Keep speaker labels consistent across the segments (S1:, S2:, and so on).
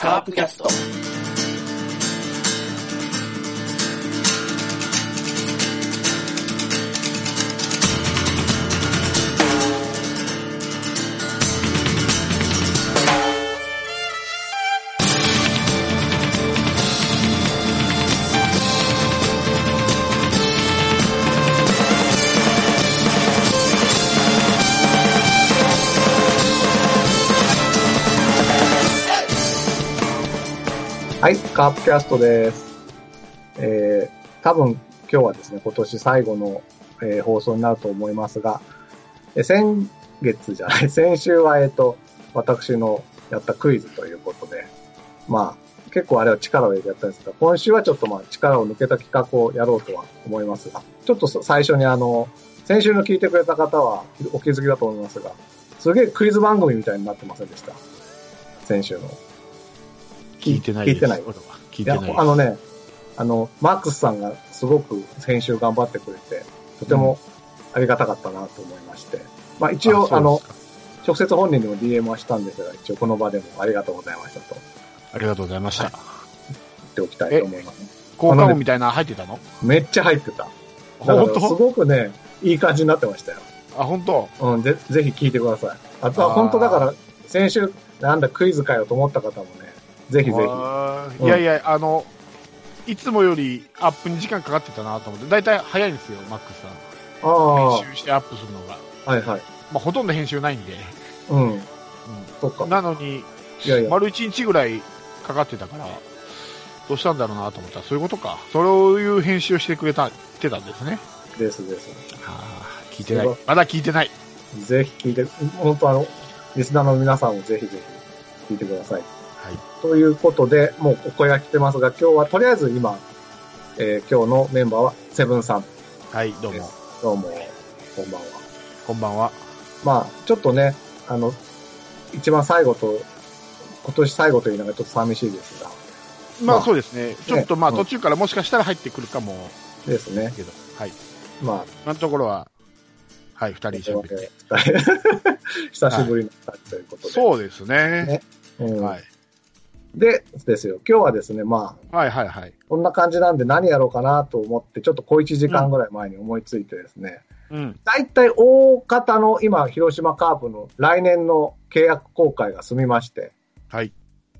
S1: カープキャスト。
S2: はい、カープキャストです。えー、多分今日はですね、今年最後の、えー放送になると思いますが、えー先月じゃない、 先週は、えっ、と、私のやったクイズということで、まあ、結構あれは力を入れてやったんですが、今週はちょっとまあ、力を抜けた企画をやろうとは思いますが、ちょっとそ最初にあの、先週の聞いてくれた方はお気づきだと思いますが、すげえクイズ番組みたいになってませんでした。先週の。
S3: 聞いてないです。
S2: 聞いてない
S3: 俺は聞い
S2: い
S3: てな
S2: や
S3: いです。
S2: あのね、あの、マックスさんがすごく先週頑張ってくれて、とてもありがたかったなと思いまして。まあ一
S3: あそ
S2: 応、
S3: うです
S2: あ
S3: か
S2: の、直接本人にも DM はしたんですが、一応この場でもありがとうございましたと
S3: ありがとうございまし
S2: 言
S3: た。
S2: っておきたいと思います。
S3: 効果音みたいなの入ってたの
S2: めっちゃ入ってた。だから
S3: 本
S2: す
S3: 当
S2: ごくね、いい感じになってましたよ。
S3: あ、本当
S2: うん、ぜぜひ聞いてください。あとは
S3: あー
S2: 本当だから、先週なんだクイズかよと思った方もね、ぜひぜひ。
S3: あー
S2: うん
S3: いやいや、あの、いつもよりアップに時間かかってたなと思って、だいたい早いんですよ、マックスさん。
S2: ああ、は
S3: 編集してアップするのが。
S2: いはい。
S3: まあ、ほとんど編集ないんで。
S2: うん、
S3: う
S2: そっか
S3: ん、。なのに、
S2: いやいや、
S3: 丸1日ぐらいかかってたから、どうしたんだろうなと思ったら、そういうことか。そういう編集をしてくれた、てたんですね。
S2: ですです。
S3: あー聞いてない
S2: すごい。
S3: まだ聞いてない。
S2: ぜひ聞いて、本当あの、リスナーの皆さんもぜひぜひ聞いてください。
S3: はい。
S2: ということで、もうお声が来てますが、今日はとりあえず今、えー今日のメンバーはセブンさんで
S3: はい、どうも
S2: す。。どうも、こんばんは。
S3: こんばんは。
S2: まあ、ちょっとね、あの、一番最後と、今年最後というのがちょっと寂しいですが、
S3: ま
S2: ま
S3: あ
S2: あ
S3: そうですね、ちょっとまあ
S2: うん
S3: 途中からもしかしたら入ってくるかも
S2: ですね。
S3: けど、はい、
S2: まあ、
S3: 今のところは、はい、二人喋って、
S2: 久しぶりの二人ということで。
S3: そうですね、
S2: ねうん
S3: はい、
S2: で、ですよ。今日はですね、まあ、
S3: はいはいはい、
S2: こんな感じなんで何やろうかなと思って、ちょっと小1時間ぐらい前に思いついてですね、
S3: うん、
S2: 大体大方の今、広島カープの来年の契約更改が済みまして、
S3: はい、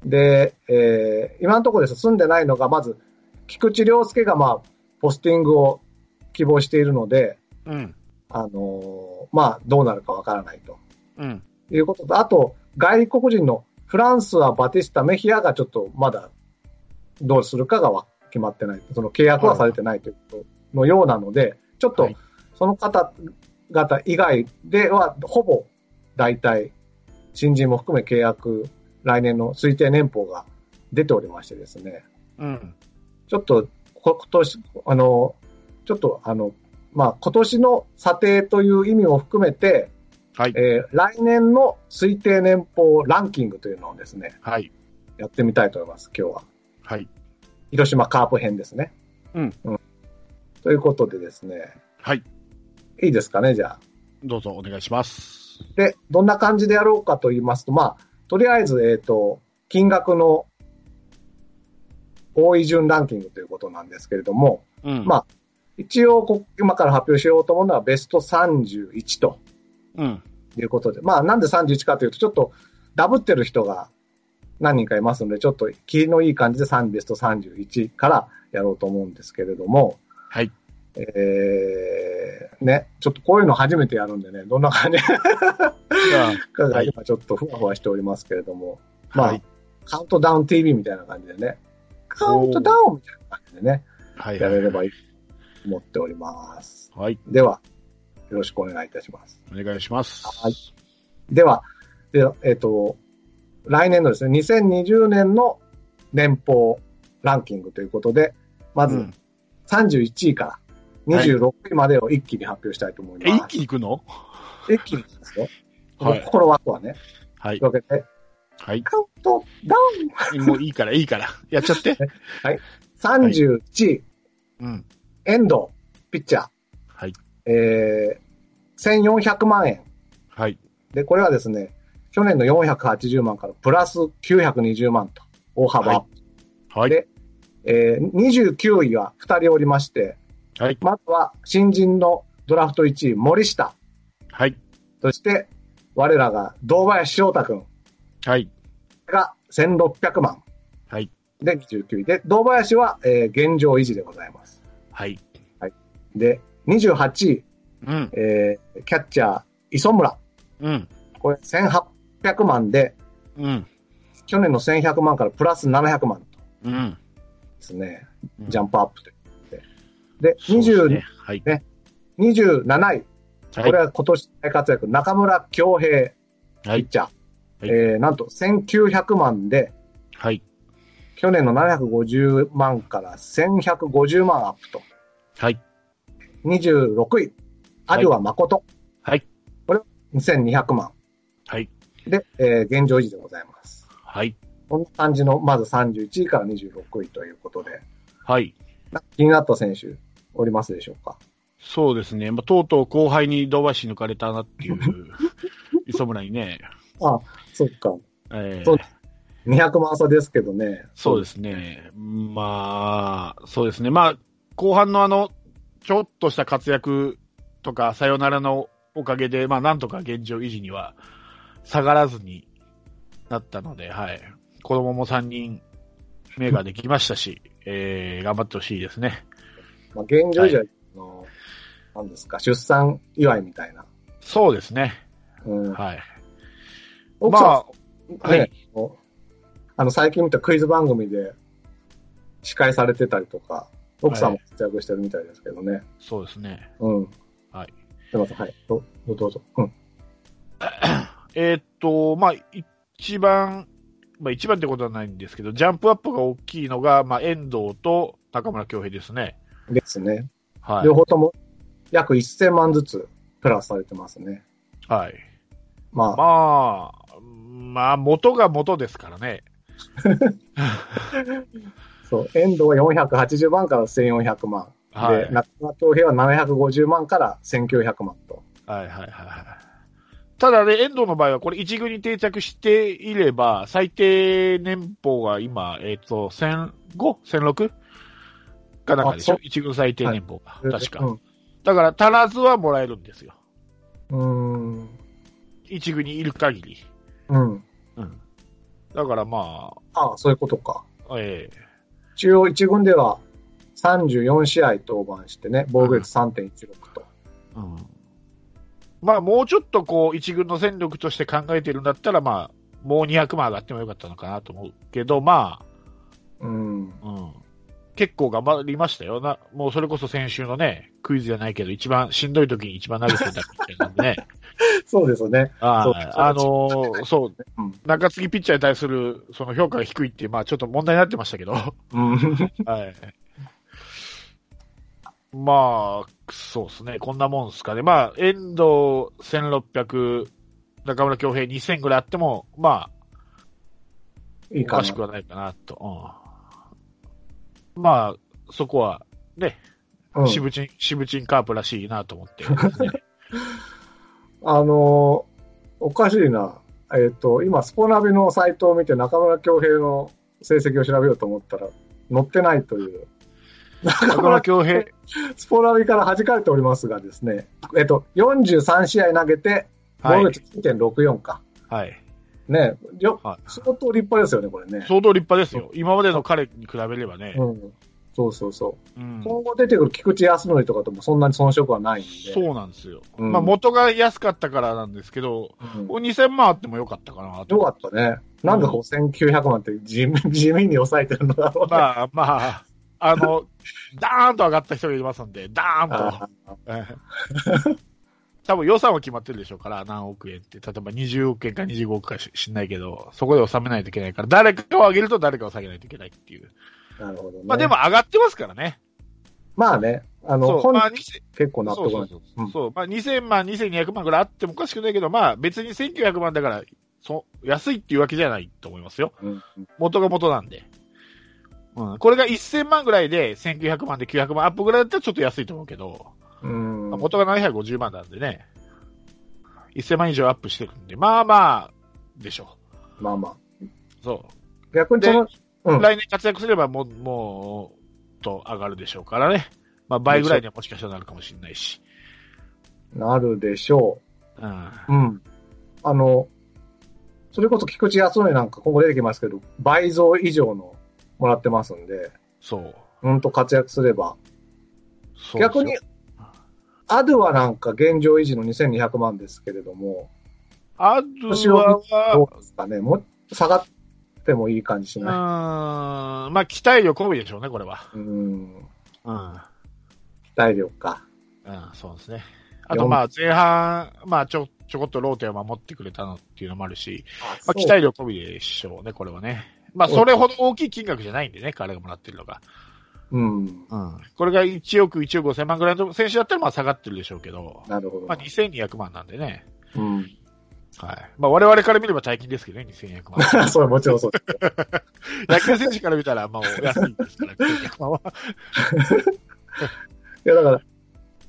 S2: で、えー今のところです済んでないのが、まず、菊池涼介が、まあ、ポスティングを希望しているので、
S3: うん、
S2: あのーまあ、どうなるかわからないと
S3: うん、
S2: いうことと、あと、外国人のフランスはバティスタ、メヒアがちょっとまだどうするかがわ決まってない、その契約はされてないということのようなので、ちょっ
S3: は
S2: と
S3: い
S2: その方々以外では、ほぼ大体、新人も含め契約、来年の推定年俸が出ておりましてですね、
S3: うん、
S2: ちょっとこ今年、あの、ちょっとあの、まあ、今年の査定という意味も含めて、
S3: はい、
S2: えー来年の推定年俸ランキングというのをですね、
S3: はい、
S2: やってみたいと思います、今日は。
S3: はい、
S2: 広島カープ編ですね。
S3: うん。
S2: ということでですね、
S3: はい、
S2: いいですかね、じゃあ。
S3: どうぞお願いします。
S2: で、どんな感じでやろうかと言いますと、まあ、とりあえず、えっ、と、金額の多い順ランキングということなんですけれども、
S3: うん、
S2: まあ一応こ、今から発表しようと思うのはベスト31と
S3: うん、
S2: ということで、まあなんで31かというと、ちょっとダブってる人が何人かいますので、ちょっと気のいい感じで3ベスト31からやろうと思うんですけれども、
S3: はい、
S2: えー、ね、ちょっとこういうの初めてやるんでね、どんな感じ
S3: じゃあ
S2: か
S3: は
S2: が
S3: い
S2: 今ちょっとふわふわしておりますけれども、まあ、
S3: はい、
S2: カウントダウン TV みたいな感じでね、カウントダウンみたいな感じでね、
S3: はい、
S2: やれればい
S3: い
S2: いと思っております。
S3: はい、
S2: では、よろしくお願いいたします。
S3: お願いします。
S2: はいでは、でえっ、と、来年のですね、2020年の年俸ランキングということで、ま
S3: う
S2: ず
S3: ん
S2: 31位から26位までを一気に発表したいと思い
S3: え、
S2: ま
S3: 一
S2: す。
S3: 気に行くの
S2: 一気にですよ。
S3: はい
S2: 心枠はね。
S3: は
S2: とい、
S3: いう
S2: わけで、
S3: はい、
S2: カウントダ
S3: もういいから、いいから、やっちゃって。
S2: ウン31位、
S3: うん、
S2: 遠藤、ピッチャー。
S3: はい、
S2: えー、1400万円。
S3: はい、
S2: で、これはですね、去年の480万からプラス920万と、大幅アップ。
S3: はい。
S2: でえー29位は2人おりまして、
S3: はい。
S2: まずは新人のドラフト1位、森下。
S3: はい。
S2: そして、我らが堂林翔太君
S3: はい。
S2: が1600万。
S3: はい。
S2: で、29位。で、堂林は、えー現状維持でございます。
S3: はい。
S2: で、28位、
S3: うん。
S2: えーキャッチャー、磯村。
S3: うん。
S2: これ1800万で、
S3: うん。
S2: 去年の1100万からプラス700万
S3: うん。
S2: ですね。ジャンプアップということで。で、
S3: そう
S2: 20
S3: ですねはい。
S2: 27位。
S3: は
S2: これ
S3: い。
S2: は今年大活躍、中村恭平、
S3: は
S2: ピッ
S3: い。
S2: チャー。
S3: はい
S2: えーなんと1900万で、
S3: はい。
S2: 去年の750万から1150万アップと。
S3: はい。
S2: 26位、アデュア誠。
S3: はい。
S2: これは2200万。
S3: はい。
S2: で、えー現状維持でございます。
S3: はい。
S2: こんな感じの、まず31位から26位ということで、
S3: はい。
S2: な気になった選手、おりますでしょうか
S3: そうですね。まあ、とうとう後輩に堂林抜かれたな っていう、磯村にね。
S2: そっか。
S3: えー
S2: そう200万差ですけどね。
S3: そうですね。まあ、そうですね。まあ、後半のあの、ちょっとした活躍とか、さよならのおかげで、まあ、なんとか現状維持には下がらずになったので、はい。子供も3人目ができましたし、 えー、頑張ってほしいですね。
S2: まあ、現状維持は、あの、なんですか、出産祝いみたいな。
S3: そうですね。
S2: うん。
S3: はい。
S2: 奥さん
S3: まあ、は
S2: ね
S3: い。
S2: あのあの、最近見たクイズ番組で司会されてたりとか、奥さんも活躍してるみたいですけどね。
S3: そうですね。
S2: うん。
S3: はい。
S2: すいません、はい。どどどうぞ。うん。
S3: えーっと、まあ、一番、まあ、一番ってことはないんですけど、ジャンプアップが大きいのが、まあ、遠藤と中村恭平ですね。
S2: ですね。
S3: はい
S2: 両。方とも約1000万ずつプラスされてますね。
S3: はい。
S2: まあ、
S3: まあ、まあ、元が元ですからね。
S2: そう、遠藤は480万から1400万。
S3: はい
S2: で、中村恭平は750万から1900万と。
S3: はいはいはいはい。ただね、遠藤の場合は、これ一軍に定着していれば、最低年俸が今、えっ、と、1005?1006? かなんかでし
S2: あ
S3: ょ
S2: そ
S3: 一軍最低年俸が、確か。
S2: う
S3: だから、足らずはもらえるんですよ。
S2: ん。う
S3: 一軍にいる限り。
S2: ーん。うん。
S3: うん。だからま
S2: ああ、そういうことか。
S3: あ、ええ
S2: 中央一軍では34試合登板してね、防御率3.16と。
S3: うん。まあ、もうちょっとこう、一軍の戦力として考えてるんだったら、まあ、もう200万上がってもよかったのかなと思うけど、ま
S2: うん。
S3: あ、うん。結構頑張りましたよな。もうそれこそ先週のね、クイズじゃないけど、一番しんどい時に一番投げてたみたいなんでね。
S2: そうですね。
S3: はい
S2: そう
S3: あのーそう
S2: うん、
S3: 中継ぎピッチャーに対するその評価が低いっていう、まあちょっと問題になってましたけど。
S2: うん。
S3: はい。まあ、そうですね。こんなもんですかね。まあ、遠藤1600、中村恭平2000ぐらいあっても、ま
S2: いい
S3: あ、お
S2: か
S3: か
S2: な
S3: し。くはないかなと。うん、まあ、そこは、ね、
S2: うん
S3: しぶちん、しぶちんカープらしいなと思ってで すね、
S2: あのーおかしいな。えっ、と、今、スポナビのサイトを見て中村恭平の成績を調べようと思ったら、載ってないという。
S3: 中村 恭平、
S2: スポナビから弾かれておりますがですね、えっ、と、43試合投げて、防
S3: は
S2: 御
S3: い。
S2: 率2.64か。
S3: はい。
S2: ねよ、
S3: はい
S2: 相当立派ですよね、これね。
S3: 相当立派ですよ。今までの彼に比べればね。
S2: うん。そうそうそう。
S3: うん
S2: 今後出てくる菊池康則とかともそんなに遜色はないんで。
S3: そうなんですよ。
S2: うん
S3: まあ、元が安かったからなんですけど、
S2: うん
S3: これ2000万あってもよかったかなと。
S2: よかったね。なんで5900万って地味 地味に抑えてるのだろうな。
S3: まあまあ、あの、 ダーンと上がった人がいますんで、ダーン
S2: あ
S3: と。多分予算は決まってるでしょうから、何億円って。例えば20億円か25億かし知んないけど、そこで収めないといけないから、誰かを上げると誰かを下げないといけないっていう。
S2: ーなるほどね。
S3: まあでも、上がってますからね。
S2: まあね、あの、
S3: そう、
S2: 本
S3: まあ2000
S2: 結構納
S3: そう
S2: 得
S3: そ
S2: な
S3: う
S2: い。
S3: そう
S2: うん
S3: そう。まあ2000万、2200万ぐらいあってもおかしくないけど、まあ別に1900万だから、そう、安いっていうわけじゃないと思いますよ。
S2: うん
S3: 元が元なんで。うん、これが1000万ぐらいで、1900万で900万アップぐらいだったらちょっと安いと思うけど、
S2: うん。
S3: 元が750万なんでね、1000万以上アップしてるんで、まあまあ、でしょ
S2: まあまあ。
S3: う。そ
S2: 逆にその、う
S3: う。
S2: ん。
S3: 来年活躍すればもう、もう、と上がるでしょうからね。まあ倍ぐらいにはもしかしたらなるかもしれないし。
S2: なるでしょ
S3: うん。
S2: う。うん。あの、それこそ菊池康則なんか今後出てきますけど、倍増以上のもらってますんで、
S3: そう。
S2: うんと活躍すれば。
S3: そうですよ
S2: 逆に、アドゥはなんか現状維持の2200万ですけれども、
S3: アドは
S2: ど
S3: は、
S2: うですかね。もう下がってもいい感じし
S3: う
S2: な
S3: ーん、まあ、期待力込みでしょうね、これは。
S2: い。うん。
S3: うん。
S2: 期待力か。
S3: うん、そうですね。あと、まあ、前半、まあ、ちょ、ちょこっとローテを守ってくれたのっていうのもあるし、まあ、期待力込みでしょうね、これはね。まあ、それほど大きい金額じゃないんでね、彼がもらってるのが。
S2: うん。
S3: うん。これが1億、1億5千万ぐらいの選手だったら、まあ、下がってるでしょうけど、
S2: なるほど。
S3: まあ、2200万なんでね。
S2: うん。
S3: はい。まあ、我々から見れば大金ですけどね、2200万。
S2: そう、もちろんそう。
S3: 野球選手から見たら、まあ、お安いですから、2200万は。
S2: いや、だから、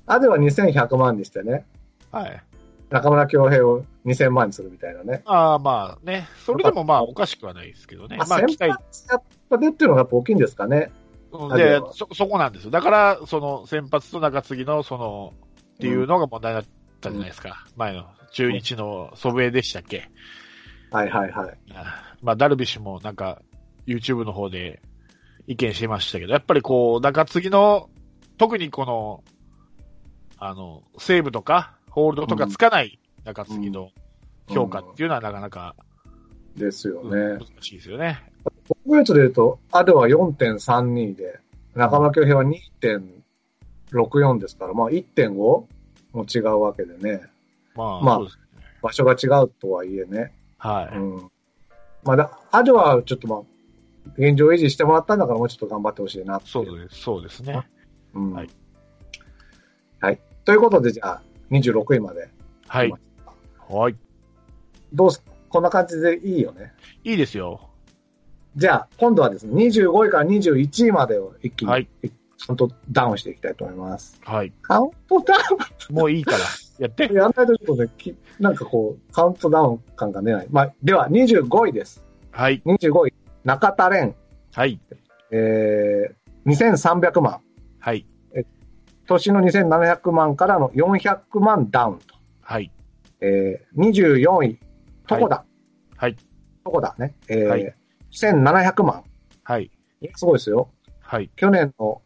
S2: アデは2100万にしてね、
S3: はい。
S2: 中村恭平を2000万にするみたいなね。
S3: ああ、まあね。それでもまあおかしくはないですけどね。まあ
S2: 先
S3: 期待
S2: 発。やっぱでっていうのがやっぱ大きいんですかね。
S3: うん
S2: あ
S3: で
S2: で、
S3: そ、そこなんですよ。だから、その先発と中継ぎの、その、っていうのが問題だったじゃないですか。前の中日の祖父江でしたっけ。
S2: はいはいはい。
S3: あまあ、ダルビッシュもなんか、YouTube の方で意見してましたけど、やっぱりこう、中継ぎの、特にこの、あの、セーブとか、ホールドとかつかない中継ぎの評価っていうのはなかなか
S2: ですよ
S3: 難
S2: ね。
S3: しいですよね。
S2: 防御率で言うと、アデは4.32で、中村恭平は2.64ですから、まあ1.5も違うわけでね。
S3: まあ、
S2: まあ
S3: そうですね。
S2: 場所が違うとはいえね。
S3: はい。
S2: うん。まあだ、アデはちょっとまあ、現状維持してもらったんだからもうちょっと頑張ってほしいなってい
S3: そうです。そうですね。
S2: うん
S3: はい。
S2: はい。ということで、じゃあ、26位まで。
S3: はい。はい。
S2: どうす、こんな感じでいいよね。
S3: いいですよ。
S2: じゃあ、今度はですね、25位から21位までを一気に、
S3: はい
S2: ちゃんとダウンしていきたいと思います。
S3: はい。
S2: カウントダウ
S3: もうい いから。やって
S2: ン。やんないとちょっとね、きなんかこう、カウントダウン感が出ない。まあ、では、25位です。
S3: はい。
S2: 25位、中田蓮、
S3: はい。
S2: えー、2300万。
S3: はい。
S2: 年の2700万からの400万ダウンと。
S3: はい。
S2: えー、24位、トコダ。
S3: はい。
S2: トコダね。えー
S3: はい
S2: 1700万。
S3: はい。
S2: いやすごいですよ。
S3: はい。
S2: 去年の、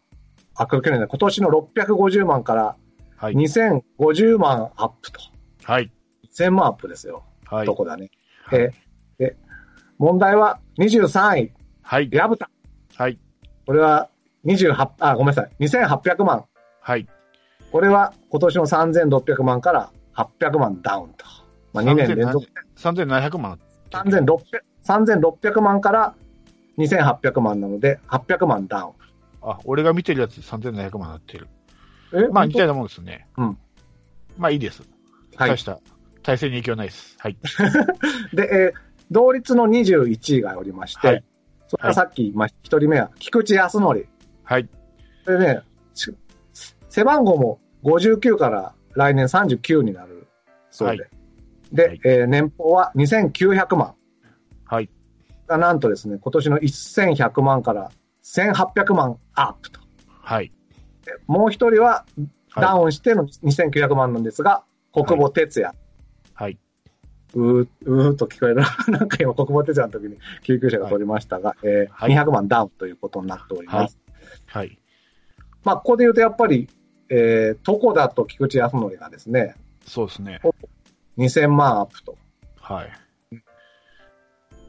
S2: あ、去年だ、今年の650万から
S3: はい。
S2: 2050万アップと。
S3: はい。
S2: 1000万アップですよ。
S3: はい
S2: ト。コダね。
S3: はい
S2: えーで、問題は23位、
S3: はい。
S2: ヤブタ。
S3: はい。
S2: これは28、あ、ごめんなさい。2800万。
S3: はい。
S2: これは今年の3600万から800万ダウンと。まあ、2年連続。
S3: 3700万。
S2: 3600 3600万から2800万なので、800万ダウン。
S3: あ、俺が見てるやつ3700万なってる。
S2: え
S3: まあ、似たようなもんですね。
S2: うん。
S3: まあ、いいです。
S2: はい
S3: 大した、体制に影響ないです。はい。
S2: で、えー同率の21位がおりまして、
S3: はい
S2: それからさっき言いました、1人目は菊池康則。
S3: はい。
S2: これね、し背番号も59から来年39になるそうで。
S3: は
S2: で、
S3: はい
S2: えー年俸は2900万。
S3: はい。
S2: がなんとですね、今年の1100万から1800万アップと。
S3: はい。
S2: でもう一人はダ
S3: はい。
S2: ウンしての2900万なんですが、国母哲也。
S3: はい。
S2: うー、うーっと聞こえる。 なんか今、国防手帳の時に救急車が取りましたが、えー
S3: はい
S2: 200万ダウンということになっております。
S3: はい。
S2: まあ、ここで言うと、やっぱり、えー、床田と菊池康則がですね、
S3: そうですね。
S2: 2000万アップと。
S3: はい。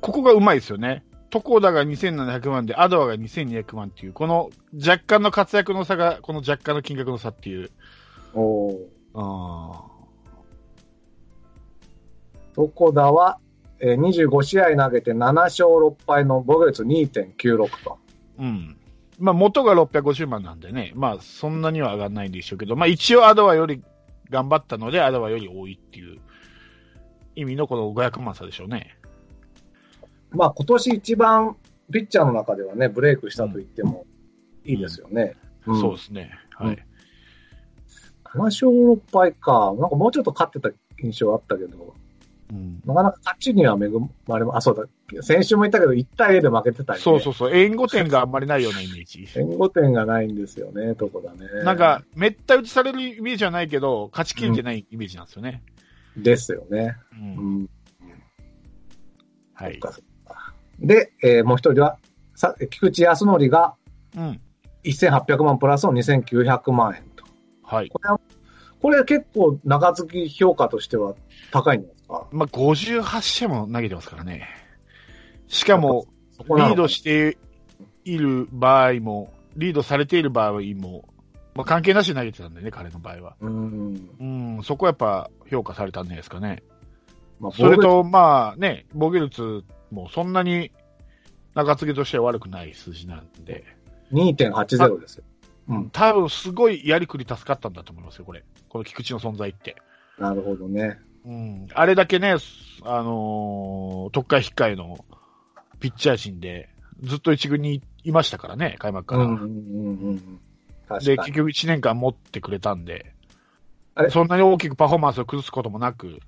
S3: ここがうまいですよね。トコダが2700万で、アドアが2200万っていう、この若干の活躍の差が、この若干の金額の差っていう。
S2: おー
S3: あ
S2: 床田は、えー、25試合投げて7勝6敗の防御率2.96と。
S3: ーうん。まあ、元が650万なんでね。まあ、そんなには上がらないんでしょうけど、まあ、一応アドアより頑張ったので、アドアより多いっていう意味のこの500万差でしょうね。
S2: まあ、今年一番、ピッチャーの中ではね、ブレイクしたと言ってもいいですよね。うん
S3: そうですね。はい。
S2: 7勝6敗か。なんかもうちょっと勝ってた印象あったけど。
S3: うん
S2: なかなか勝ちには恵まれま、あ、そうだ、先週も言ったけど、1対0で負けてたり、ね、
S3: そうそうそう。援護点があんまりないようなイメージ。
S2: 援護点がないんですよね、とこだね。
S3: なんか、、めった打ちされるイメージはないけど、勝ちきれてないイメージなんですよね。
S2: ですよね。
S3: う。
S2: うんん。
S3: は
S2: そ
S3: い
S2: っ。かそっかで、えーもう一人は、さ菊池康則が
S3: うん。
S2: 1800万プラスの2900万円と。
S3: はい。
S2: これは、これ結構長月評価としては高いんですか
S3: まあ、58試合も投げてますからね。しかも、
S2: そ
S3: リ
S2: こなの
S3: ードしている場合も、リードされている場合も、まあ、関係なしに投げてたんだよね、彼の場合は。
S2: うん。
S3: うん、そこはやっぱ評価されたんじゃないですかね。
S2: まあ、
S3: それと、まあね、防御率もそんなに中継ぎとしては悪くない数字なんで、
S2: 防御率2.80ですよ。うん。
S3: 多分すごいやりくり助かったんだと思いますよ、これ。この菊池の存在って。
S2: なるほどね。
S3: うん、あれだけね、あのー特会控えのピッチャー陣で、ずっと一軍にいましたからね、開幕から。
S2: うんうんうんうん。確
S3: で、
S2: かに
S3: 結。局1年間持ってくれたんで
S2: あ、れ
S3: そんなに大きくパフォーマンスを崩すこともなく、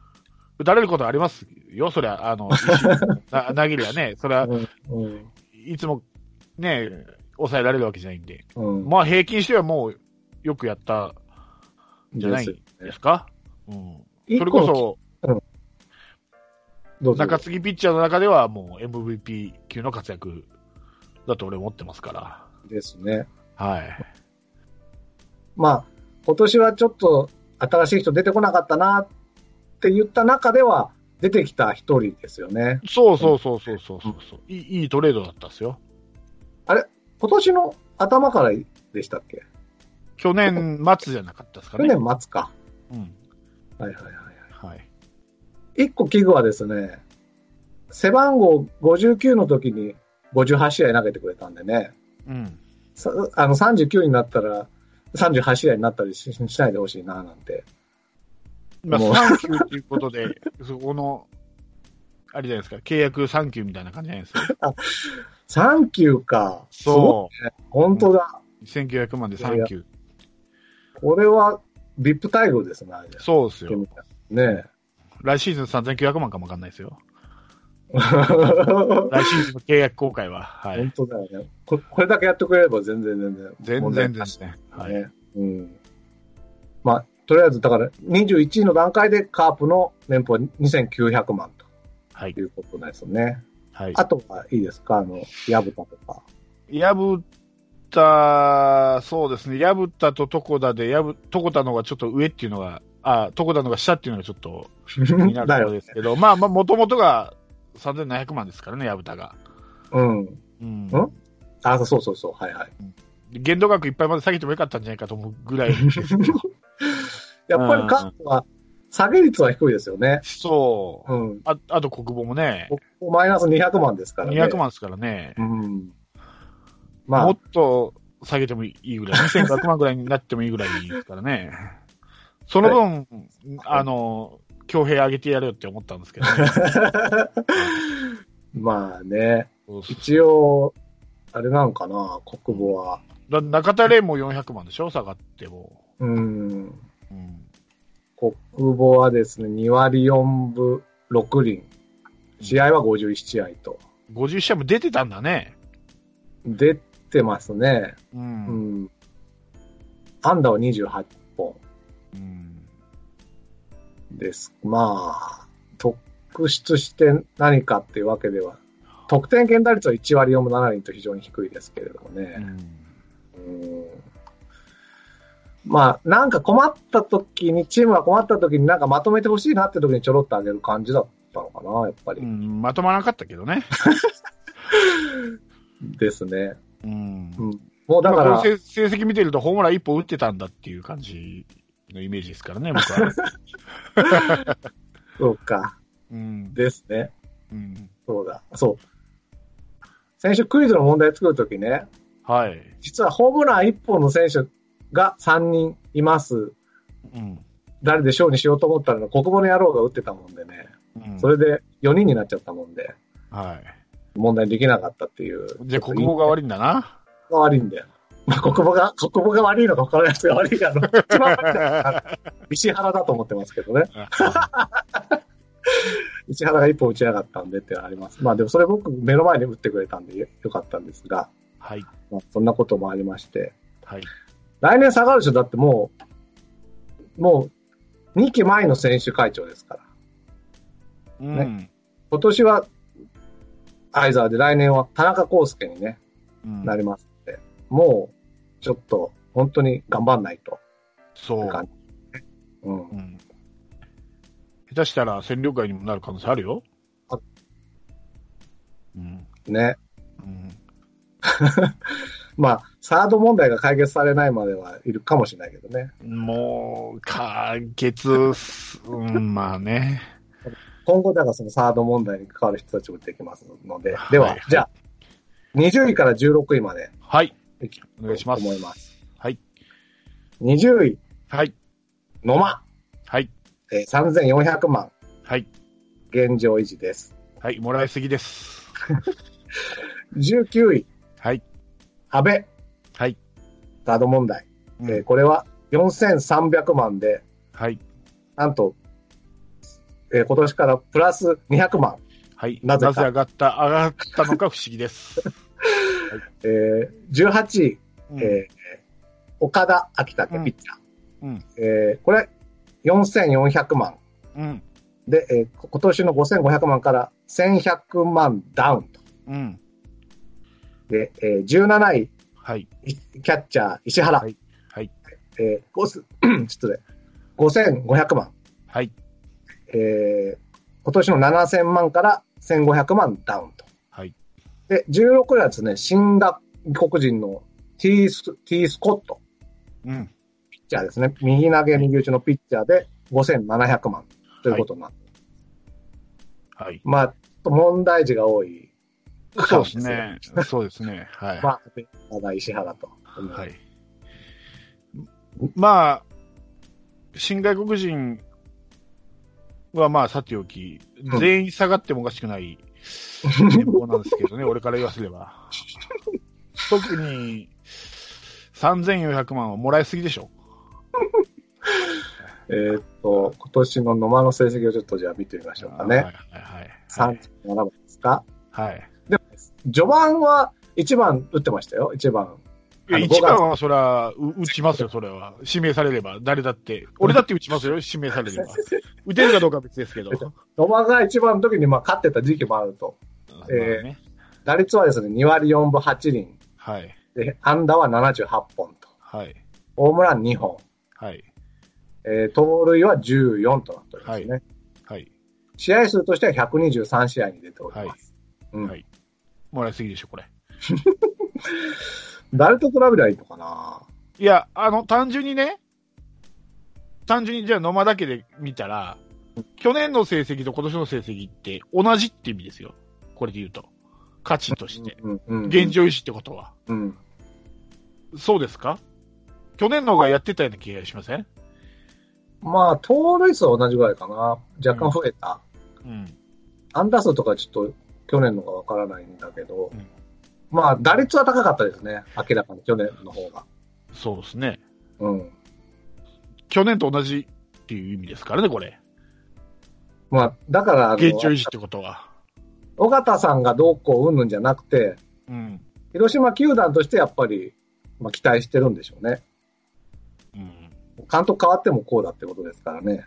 S3: 打たれることはありますよ、そりゃ、あの、一瞬な投げりゃね、それは、
S2: うんうん
S3: いつもね、抑えられるわけじゃないんで、
S2: うん。
S3: まあ平均してはもう、よくやったんじゃない
S2: です
S3: ですかうん。
S2: 一
S3: そ
S2: 個
S3: れ
S2: の
S3: こそ、
S2: どうぞ
S3: 中継ぎピッチャーの中ではもう MVP 級の活躍だと俺思ってますから。
S2: ですね。
S3: はい。
S2: まあ、今年はちょっと新しい人出てこなかったなって言った中では、出てきた一人ですよね。
S3: そうそうそうそうそうそうそう、いい。いいトレードだったっすよ。
S2: 今年の頭からでしたっけ
S3: 去年末じゃなかったですか
S2: 去
S3: ね。
S2: 年末か。
S3: うん。
S2: はいはいはいはい。
S3: はい。
S2: 一個器具はですね、背番号59の時に58試合投げてくれたんでね、
S3: うん。
S2: さあの39になったら、38試合になったりししないでほしいな、なんて。
S3: まあ、
S2: もう
S3: 3級っていうことで、 そこの、あれじゃないですか、契約3級みたいな感じじゃないですか。
S2: 3級か。
S3: そ
S2: そう。本当だ。
S3: う。1900万で3級。
S2: これは、ビップ待遇ですね、あれ
S3: そうですよ。
S2: ね
S3: 来シーズン3900万かもわかんないですよ。
S2: え。
S3: 来シーズンの契約公開は。はい
S2: 本。当だよねこ。これだけやってくれれば全然全然。
S3: 全
S2: 問題
S3: 然
S2: な
S3: で
S2: し
S3: すね。
S2: だ
S3: は
S2: ね
S3: い。
S2: うん。まあ、とりあえず、だから、21位の段階でカープの年俸2900万
S3: はい
S2: と。いうことなんですよね。
S3: はい。
S2: あとは、いいですかあの、ヤブタとか。
S3: ヤブタ、そうですね。ヤブタとトコダで、ヤブ、トコダの方がちょっと上っていうのが、あ、トコダの方が下っていうのがちょっと気になる
S2: だ
S3: とこ
S2: よ。
S3: ろ ですけど、まあまあ、もともとが3700万ですからね、ヤブタが。
S2: うん。
S3: うん
S2: んあ、そうそうそう。はい はい。
S3: 限度額いっぱいまで下げてもよかったんじゃないかと思うぐ らい。
S2: やっぱりカープは、下げ率は低いですよね。
S3: そう。
S2: うん。
S3: ああと国防もね、
S2: ここマイナス200万ですからね。
S3: 200万ですからね。
S2: うん。まあ、
S3: もっと下げてもいいぐらい、2500万ぐらいになってもいいぐらいですからね。 その分、あの、強兵上げてやれよって思ったんですけどね。
S2: まあね、
S3: そうそう
S2: 一応、あれなんかな、国語は。
S3: だ中田蓮も400万でしょ下がっても。
S2: うん、
S3: うん。
S2: 国語はですね、2割4分6厘。試合は51試合と。
S3: 50試合も出てたんだね。
S2: 出てますね。
S3: う。
S2: うんん。安打は28本
S3: うん。
S2: です。まあ、特出して何かっていうわけでは、得点圏打率は1割4分7厘と非常に低いですけれどもね。
S3: うん
S2: まあ、なんか困った時に、チームが困った時になんかまとめてほしいなって時にちょろっとあげる感じだったのかな、やっぱ
S3: う
S2: り。
S3: ん。まとまらなかったけどね。
S2: ですね。
S3: うん。
S2: うん。もうだか
S3: まあ
S2: ら
S3: この、成成績見てるとホームラン一本打ってたんだっていう感じのイメージですからね、僕は。
S2: そうか。
S3: うん。
S2: ですね。
S3: うん。
S2: そうだ。そう。先週クイズの問題作るときね、
S3: はい。
S2: 実はホームラン1本の選手が3人います。
S3: うん。
S2: 誰でしょうにしようと思ったら、国母の野郎が打ってたもんでね。
S3: うん
S2: それで4人になっちゃったもんで、
S3: はい。
S2: 問題にできなかったっていう。
S3: じゃあ国語が悪いんだな。
S2: が悪いんだよ。まあ、国語が、国語が悪いのか他のやつが悪いか の、一番悪いのは石原だと思ってますけどね。市原が一本打ちやがったんでってのはあります。まあでもそれ僕目の前で打ってくれたんでよよかったんですが、
S3: はい。
S2: まあ、そんなこともありまして、
S3: はい。
S2: 来年下がる人だってもう、もう2期前の選手会長ですから、
S3: うん。
S2: 今年は相沢で来年は田中康介にね、
S3: うん
S2: なりますって、もうちょっと本当に頑張んないと
S3: そ
S2: いう
S3: う。
S2: 感じ。うん
S3: う、ん。下手したら占領会にもなる可能性あるよ。
S2: あ
S3: うん。
S2: ね。
S3: うん。
S2: まあ、サード問題が解決されないまではいるかもしれないけどね。
S3: もう、解決す、うん、まあね。
S2: 今後、だからそのサード問題に関わる人たちも出てきますので、では、
S3: はい
S2: じゃあ、20位から16位まで
S3: はい。
S2: いき
S3: お願いします。
S2: 思います。
S3: はい。
S2: 20位、
S3: はい。
S2: 野間、
S3: はい。
S2: えー3400万、
S3: はい。
S2: 現状維持です。
S3: はい。もらいすぎです。
S2: 19位、
S3: はい。
S2: 安倍、
S3: はい。
S2: サード問題、
S3: う
S2: えー
S3: ん
S2: これは4300万で、
S3: はい。
S2: なんと、えー今年からプラス200万、
S3: はい。
S2: なぜ
S3: なぜ
S2: か
S3: 上がった、上がったのか不思議です。
S2: えー18位、
S3: う ん
S2: えー岡田秋武ピッチャー。
S3: うん
S2: えーこれ、4400万。
S3: うん。
S2: で、えーこ今年の5500万から1100万ダウンと。
S3: うん。
S2: で、えー17位、
S3: はい。
S2: いキャッチャー、石原。
S3: はいはい。
S2: えー、ごす 失礼。5500万。
S3: はい。
S2: えー今年の7000万から1500万ダウンと。
S3: はい。
S2: で、16位はですね、新外国人の T ス、T スコット。
S3: うん。
S2: ピッチャーですね。右投げ、右打ちのピッチャーで5700万ということになって、
S3: はい。
S2: まあ、ちょっと問題児が多い。
S3: そうですね。そうですね。はい。
S2: まあ、ただ石原と。
S3: はい。まあ、新外国人はまあさておき、
S2: うん
S3: 全員下がってもおかしくない年俸なんですけ どね、俺から言わせれば。特に3400万はもらいすぎでしょ。
S2: えーっと、今年の野間の成績をちょっとじゃあ見てみましょうか
S3: はい
S2: ね。
S3: はいはい。
S2: 37番ですか。
S3: はい。
S2: 序盤は1番打ってましたよ、1番。
S3: いや
S2: あの
S3: 一番はそりゃ、う打ちますよ、それは。指名されれば、誰だって。俺だって打 ちますよ、指名されれば。打てるかどうかは別ですけど。
S2: 野間が1番の時にまあ勝ってた時期もあると。えー
S3: まあね
S2: 打率はですね、2割4分8厘。
S3: はい。
S2: で、安打は78本と。
S3: はい。
S2: ホームラン2本。
S3: はい。
S2: えー盗塁は14となっておりますね。
S3: はい。
S2: 試合数としては123試合に出ております。うん
S3: はいもらいすぎでしょ、これ。
S2: 誰と比べればいいのかない
S3: や、あの、単純にね、単純にじゃあ野間だけで見たら、去年の成績と今年の成績って同じって意味ですよ。これで言うと。価値として。
S2: うんうん
S3: 現。状維持ってことは。
S2: うん。
S3: そうですか去年の方がやってたような気がしません
S2: まあ、盗塁数は同じぐらいかな。若干増えた。
S3: うん。
S2: アンダー数とかちょっと去年のがわからないんだけど、
S3: うん
S2: まあ、打率は高かったですね。明らかに去年の方が。
S3: そうですね。
S2: うん。
S3: 去年と同じっていう意味ですからね、これ。
S2: まあ、だから、あ
S3: 現状維
S2: の、
S3: 持ってことは。
S2: 尾形さんがどうこううんぬんじゃなくて、
S3: うん。
S2: 広島球団としてやっぱり、まあ、期待してるんでしょうね。
S3: うん。
S2: 監督変わってもこうだってことですからね。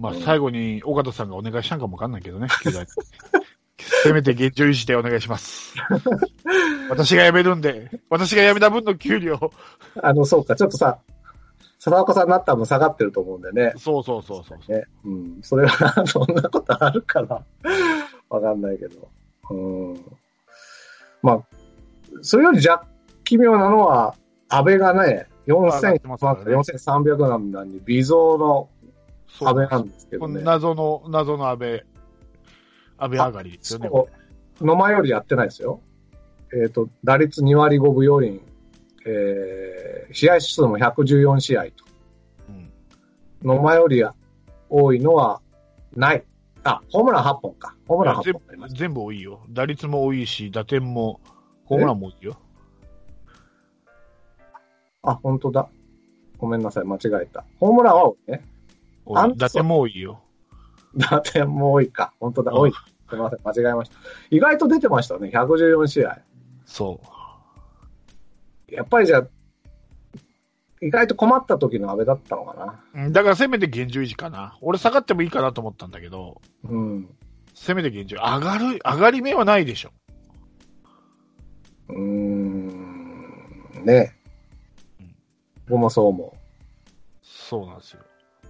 S3: まあ、
S2: うん
S3: 最後に、尾形さんがお願いしたんかもわかんないけど ね、球団にせめて現状維持でお願いします。私が辞めるんで、私が辞めた分の給料。
S2: あの、そうか、ちょっとさ、佐岡さんになった分下がってると思うんでね。
S3: そうそうそうそう。
S2: ね。うん。それは、 そんなことあるから、わかんないけど。うん。まあ、それより若奇妙なのは、安倍がね、
S3: 上がっ
S2: 4000
S3: てますからね
S2: 4300なんだに、微増の
S3: そう
S2: 安倍なんですけど
S3: この
S2: ね。
S3: 謎の、謎の安倍、安倍上がりですよね。こ
S2: そう。野間よりやってないですよ。えっ、と、打率2割5分4厘、えー、試合数も114試合と。
S3: れうん
S2: 野間よりは多いのはない。あ、ホームラン8本か。ホームラン8
S3: 全
S2: 本ありま
S3: 部
S2: し
S3: 全部多いよ。打率も多いし、打点も、ホームランも多いよ。
S2: た。あ、本当だ。ごめんなさい、間違えた。ホームランは多いね。
S3: 多い
S2: あん
S3: 打点も多いよ。
S2: 打点も多いか。本当だ、
S3: うん
S2: 多い。すみません、間違えました。意外と出てましたね、114試合。
S3: そう。
S2: やっぱりじゃあ、意外と困った時の安倍だったのかな。
S3: うんだからせめて現状維持かな。俺下がってもいいかなと思ったんだけど、
S2: うん。
S3: せめて現状、上がる、上がり目はないでしょ。
S2: うーん、ね
S3: うん
S2: 僕もそう思
S3: そうなんですよ。
S2: う。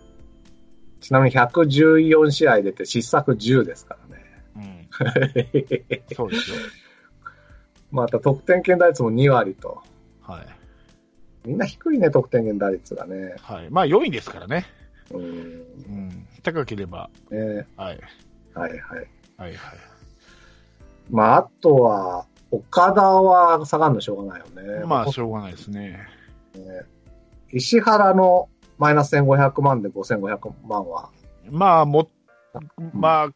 S2: ちなみに114試合出て失策10ですからね。
S3: うん。そうですよ。
S2: また得点圏打率も2割と。
S3: はい。
S2: みんな低いね、得点圏打率がね。
S3: はい。まあ、4位ですからね。
S2: うん。
S3: うん。高ければ。
S2: ね
S3: は
S2: は
S3: い。
S2: いはい。
S3: はいはい。
S2: まあ、あとは、岡田は下がるのしょうがないよね。
S3: まあ、しょうがないですね。
S2: 石原のマイナス1500万で5500万は、
S3: まあ、も、まあ、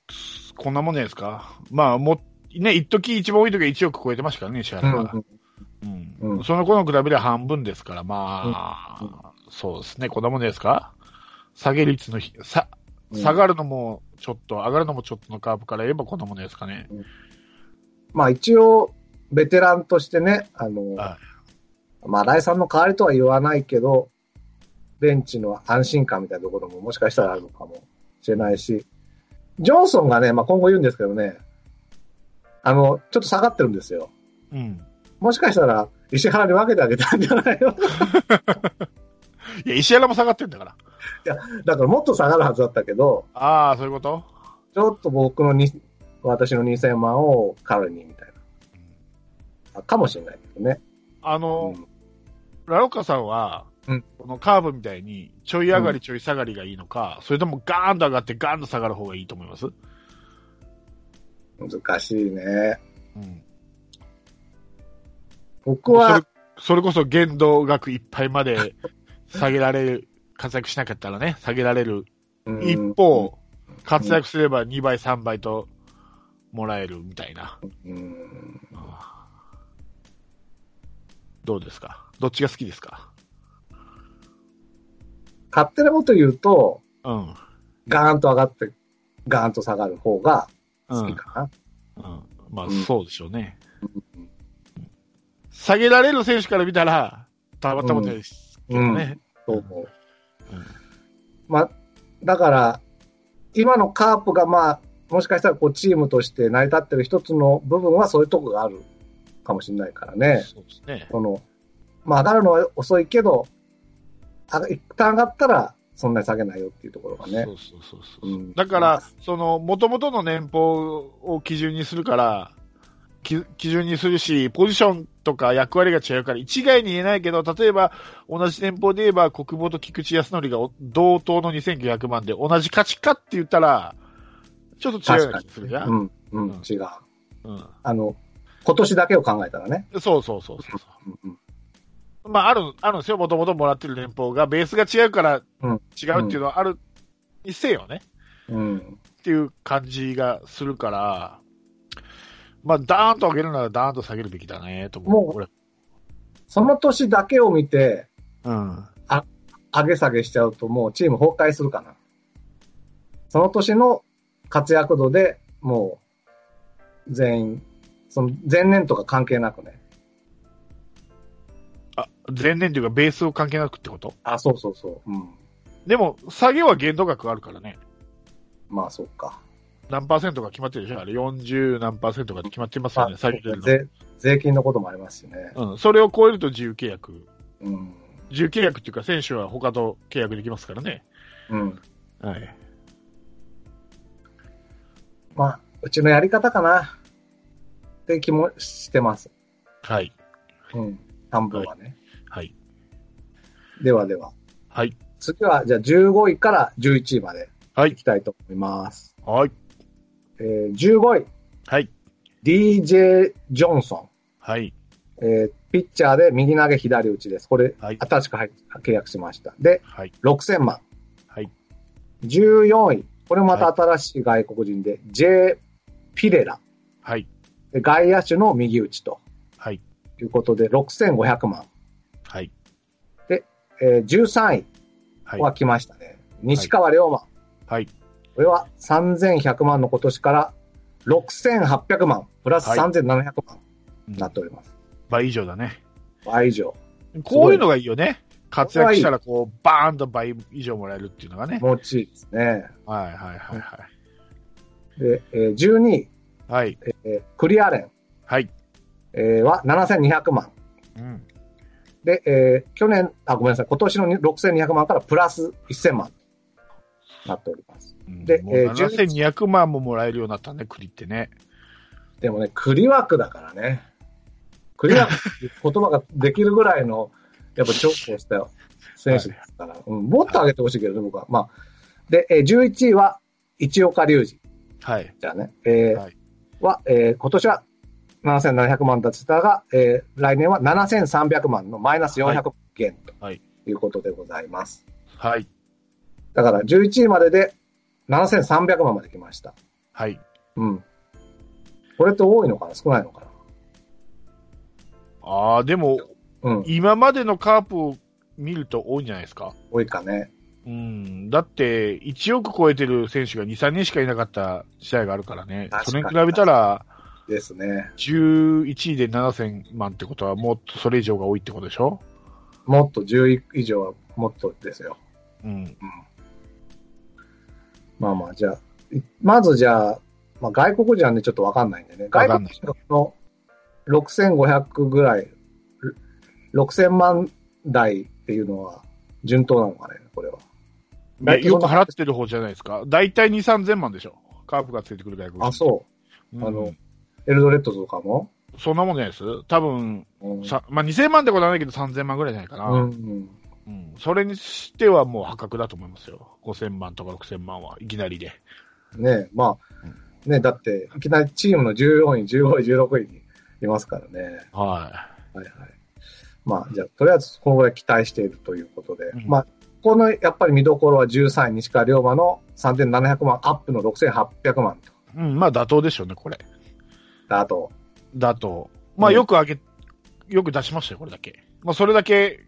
S3: こんなもんじゃないですか。まあ、も、ね、一時一番多い時は1億超えてましたからね、石原は。うん
S2: うん
S3: その子の比べで半分ですから、まあ、そうですね、こんなもんですか下げ率のひ、さ、下が
S2: る。
S3: るのもちょっと、上がるのもちょっとのカーブから言えばこんなもんですかね。
S2: まあ一応、ベテランとしてね、あの、
S3: は
S2: まあ新井さんの代わりとは言わないけど、ベンチの安心感みたいなところももしかしたらあるのかもしれないし、ジョンソンがね、まあ今後言うんですけどね、あの、ちょっと下がってるんですよ。
S3: うん。
S2: もしかしたら、石原に分けてあげたんじゃないの
S3: いや、石原も下がってんだから。
S2: だからもっと下がるはずだったけど、
S3: ああ、そういうこと
S2: ちょっと僕のに、私の2000万を彼にみたいな。かもしれないけどね。
S3: あの、
S2: うん
S3: ラロッカさんは、
S2: うん
S3: このカーブみたいに、ちょい上がりちょい下がりがいいのか、それともガーンと上がってガーンと下がる方がいいと思います
S2: 難しいね。
S3: うん。
S2: 僕は
S3: それ、それこそ限度額いっぱいまで 下げられる、活躍しなかったらね、下げられる。
S2: うん
S3: 一方、活躍すれば2倍、3倍ともらえるみたいな。
S2: うん、
S3: どうですかどっちが好きですか
S2: 勝手なこと言うと、
S3: うん。
S2: ガーンと上がって、ガーンと下がる方が
S3: う
S2: 好
S3: ん
S2: き。かな。
S3: うんまあ
S2: うん、
S3: そうでしょうね
S2: うん。
S3: 下げられる選手から見たら、たまったもんですけどね。
S2: と思う。
S3: うん
S2: まあ、だから、今のカープがまあ、もしかしたらこうチームとして成り立ってる一つの部分はそういうとこがあるかもしれないからね。
S3: そうですね。
S2: その、まあ上がるのは遅いけど、あ一旦上がったらそんなに下げないよっていうところがね
S3: そ。うそうそうそう。
S2: うん
S3: だから、、その、元々の年俸を基準にするから、き基準にするし、ポジションとか役割が違うから、一概に言えないけど、例えば、同じ年俸で言えば、国防と菊池康則がお同等の2900万で同じ価値かって言ったら、ちょっと違うような気がするじゃ。
S2: うんん、うん、
S3: うん
S2: 違う。
S3: うん。
S2: あの、今年だけを考えたらね。
S3: そうそうそうそう。
S2: うんうん
S3: まあ、ある、あるんですよ。もともともらってる年俸が、ベースが違うから、
S2: うん
S3: 違うっていうのはある、にせよね。
S2: うん。
S3: っていう感じがするから、まあ、ダーンと上げるならダーンと下げるべきだね、と思
S2: も
S3: う。
S2: う
S3: 俺
S2: その年だけを見て、
S3: うん。
S2: 上げ下げしちゃうともうチーム崩壊するかな。その年の活躍度でもう、全員、その前年とか関係なくね。
S3: あ、前年というかベースを関係なくってこと
S2: あ、そうそうそう。うん。
S3: でも、下げは限度額あるからね。
S2: まあ、そうか。
S3: 何パーセントか決まってるでしょあれ、40何パーセントかって決まってますよね、下げてる
S2: 税税金のこともありますしね。
S3: の。うん。それを超えると自由契約。
S2: うん。
S3: 自由契約っていうか、選手は他と契約できますからね。
S2: うん。
S3: はい。
S2: まあ、うちのやり方かな。って気もしてます。
S3: はい。
S2: うん。半分はね。
S3: はい。
S2: ではでは。
S3: はい。
S2: 次は、じゃあ15位から11位まで
S3: はい
S2: きたいと思います。
S3: はい。
S2: えー、15位、
S3: はい。
S2: DJ ジョンソ
S3: はい。
S2: ン。えー、ピッチャーで右投げ左打ちです。これ、
S3: はい
S2: 新しく入契約しました。で、
S3: はい。
S2: 6000万。
S3: はい。
S2: 14位、これもまた新しい外国人で、J ピレラ。
S3: はい。
S2: で外野手の右打ちと
S3: はい。
S2: いうことで、6500万。
S3: はい。
S2: えー、13位
S3: はい。
S2: は来ましたね。西川龍馬。
S3: はい。
S2: これは3100万の今年から6800万、プラス3700万
S3: うん
S2: になっております。
S3: 倍以上だね。
S2: 倍以上。
S3: こういうのがいいよね。活躍したら、こう、バーンと倍以上もらえるっていうのがね。
S2: 持ちいいですね。
S3: はいはいはいはい。
S2: で、えー12位、
S3: はい。
S2: えークリアレン、
S3: はい。
S2: えーは7200万。
S3: うん。
S2: で、えー去年、あ、ごめんなさい、今年の6200万からプラス1000万になっております。で
S3: もう
S2: えー
S3: 7200万ももらえるようになったね、栗ってね。
S2: でもね、クリワクだからね。クリワクっていう言葉ができるぐらいの、やっぱ重宝した選手ですから、うん、もっと上げてほしいけどね、僕は。まあ、で、えー11位は、一岡隆二
S3: はい。
S2: じゃあね、えー
S3: はい
S2: は、えー今年は7700万だったが、えー来年は7300万のマイナス400減と
S3: はい
S2: いうことでございます。
S3: はい。
S2: だから11位までで7300万まで来ました。
S3: はい。
S2: うん。これって多いのかな少ないのか
S3: ああ、でも、
S2: なうん。
S3: 今までのカープを見ると多いんじゃないですか。
S2: 多いかね。
S3: うん。だって、1億超えてる選手が2、3人しかいなかった試合があるからね。
S2: 確
S3: そ
S2: か
S3: れ
S2: に
S3: に比べたら、
S2: ですね。
S3: 11位で7000万ってことは、もっとそれ以上が多いってことでしょ
S2: もっと10以上はもっとですよ。
S3: うん。
S2: まあまあ、じゃあ、いまずじゃあ、まあ外国人はね、ちょっとわかんないんでね。
S3: わ
S2: 外
S3: かんな
S2: 国
S3: い
S2: 人の6500ぐらい、6000万台っていうのは順当なのかね、これは。
S3: いやよく払ってる方じゃないですか。だいたい2、3000万でしょ。カープがついてくる外国人。
S2: あ、そうう。
S3: ん
S2: あの、エルドレッドとかも、
S3: そんなもんじゃないです多分、
S2: うん、
S3: さまあ、2000万ってことはないけど3000万ぐらいじゃないかな。
S2: う
S3: うんん。
S2: うん。
S3: それにしてはもう破格だと思いますよ。5000万とか6000万はいきなりで。
S2: ねえ、まあ、ねえ、だって、いきなりチームの14位、15位、16位にいますからね。
S3: は
S2: はいはい。まあ、じゃあ、とりあえず、このぐらい期待しているということで、
S3: うん
S2: まあ、この、やっぱり見どころは13位、西川龍馬の3700万、アップの6800万と。
S3: い。うん、まあ妥当でしょうね、これ。
S2: あと、
S3: だと。まあ
S2: うん
S3: よく上げ、よく出しましたよ、これだけ。まあそれだけ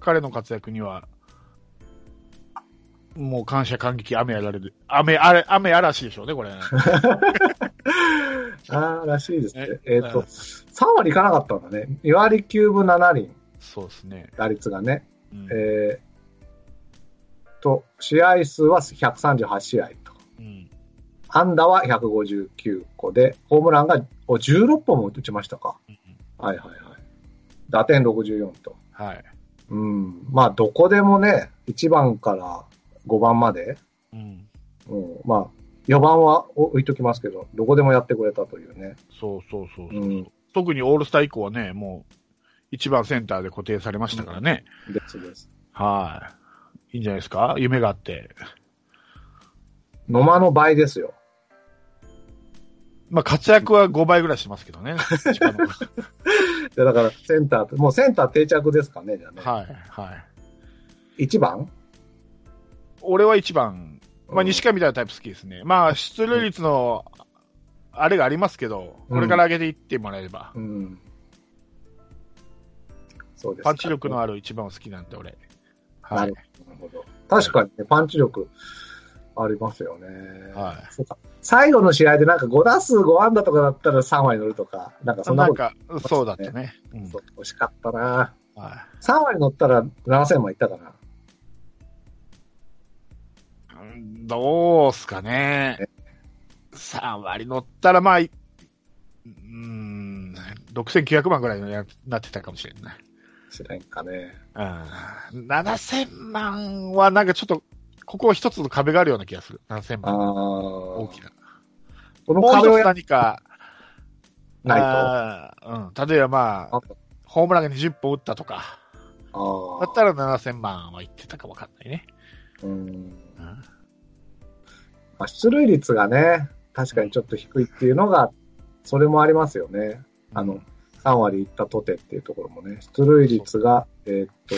S3: 彼の活躍には、もう感謝感激、雨やられる。雨、あれ、雨嵐でしょ うね、これ。
S2: あーらしいですね。えっ、と、
S3: うん
S2: 3割いかなかったんだね。2割9分7厘、
S3: そうですね。
S2: 打率がね。
S3: うん
S2: えー、と、試合数は138試合と。
S3: うん
S2: 安打は159個で、ホームランがお16本も打ちましたか。
S3: うん
S2: はいはいはい。打点64と。
S3: はい。
S2: うん。まあ、どこでもね、1番から5番まで、
S3: うん。
S2: うん、まあ、4番は置いときますけど、どこでもやってくれたというね。
S3: そうそうそうそう。
S2: うん
S3: 特にオールスター以降はね、もう、1番センターで固定されましたからね。
S2: ですです。
S3: はい。いいんじゃないですか夢があって。
S2: 野間の倍ですよ。
S3: まあ、活躍は5倍ぐらいしますけどね。力も
S2: でだから、センターと、もうセンター定着ですかね、じゃあね。
S3: はい、はい。
S2: 1番
S3: 俺は1番。まあ、
S2: うん
S3: 西川みたいなタイプ好きですね。まあ、出塁率の、あれがありますけど、
S2: うん
S3: これから上げていってもらえれば、
S2: うん。そうですか。
S3: パンチ力のある1番を好きなんで、俺。は
S2: ないる。なるほど。確かにね、パンチ力ありますよね。
S3: はい
S2: そうか。最後の試合でなんか5打数5安打とかだったら3割乗るとか、なんかそんな
S3: なん
S2: こと、
S3: か、そうだったね。うん
S2: そう惜しかったな。
S3: は
S2: 3割乗ったら7000万いったかな。
S3: いうんどうすかね。3割乗ったら、まあ、いうん、6900万ぐらいになってたかもしれない。
S2: 知らんかね。
S3: うん7000万はなんかちょっと、ここは一つの壁があるような気がする。7000
S2: あ
S3: 万。
S2: 大
S3: 大きな。
S2: この
S3: もう
S2: 壁を
S3: 一
S2: や
S3: つ何か、
S2: らない
S3: あーうん。例えばまあ
S2: あ、
S3: ホームランが20本打ったとか、
S2: と。
S3: だったら7000万は言ってたかわかんないね。
S2: ら。うん。
S3: うん
S2: まあ、出塁率がね、確かにちょっと低いっていうのが、それもありますよね。あの、3割いったとてっていうところもね、出塁率が、えーっと、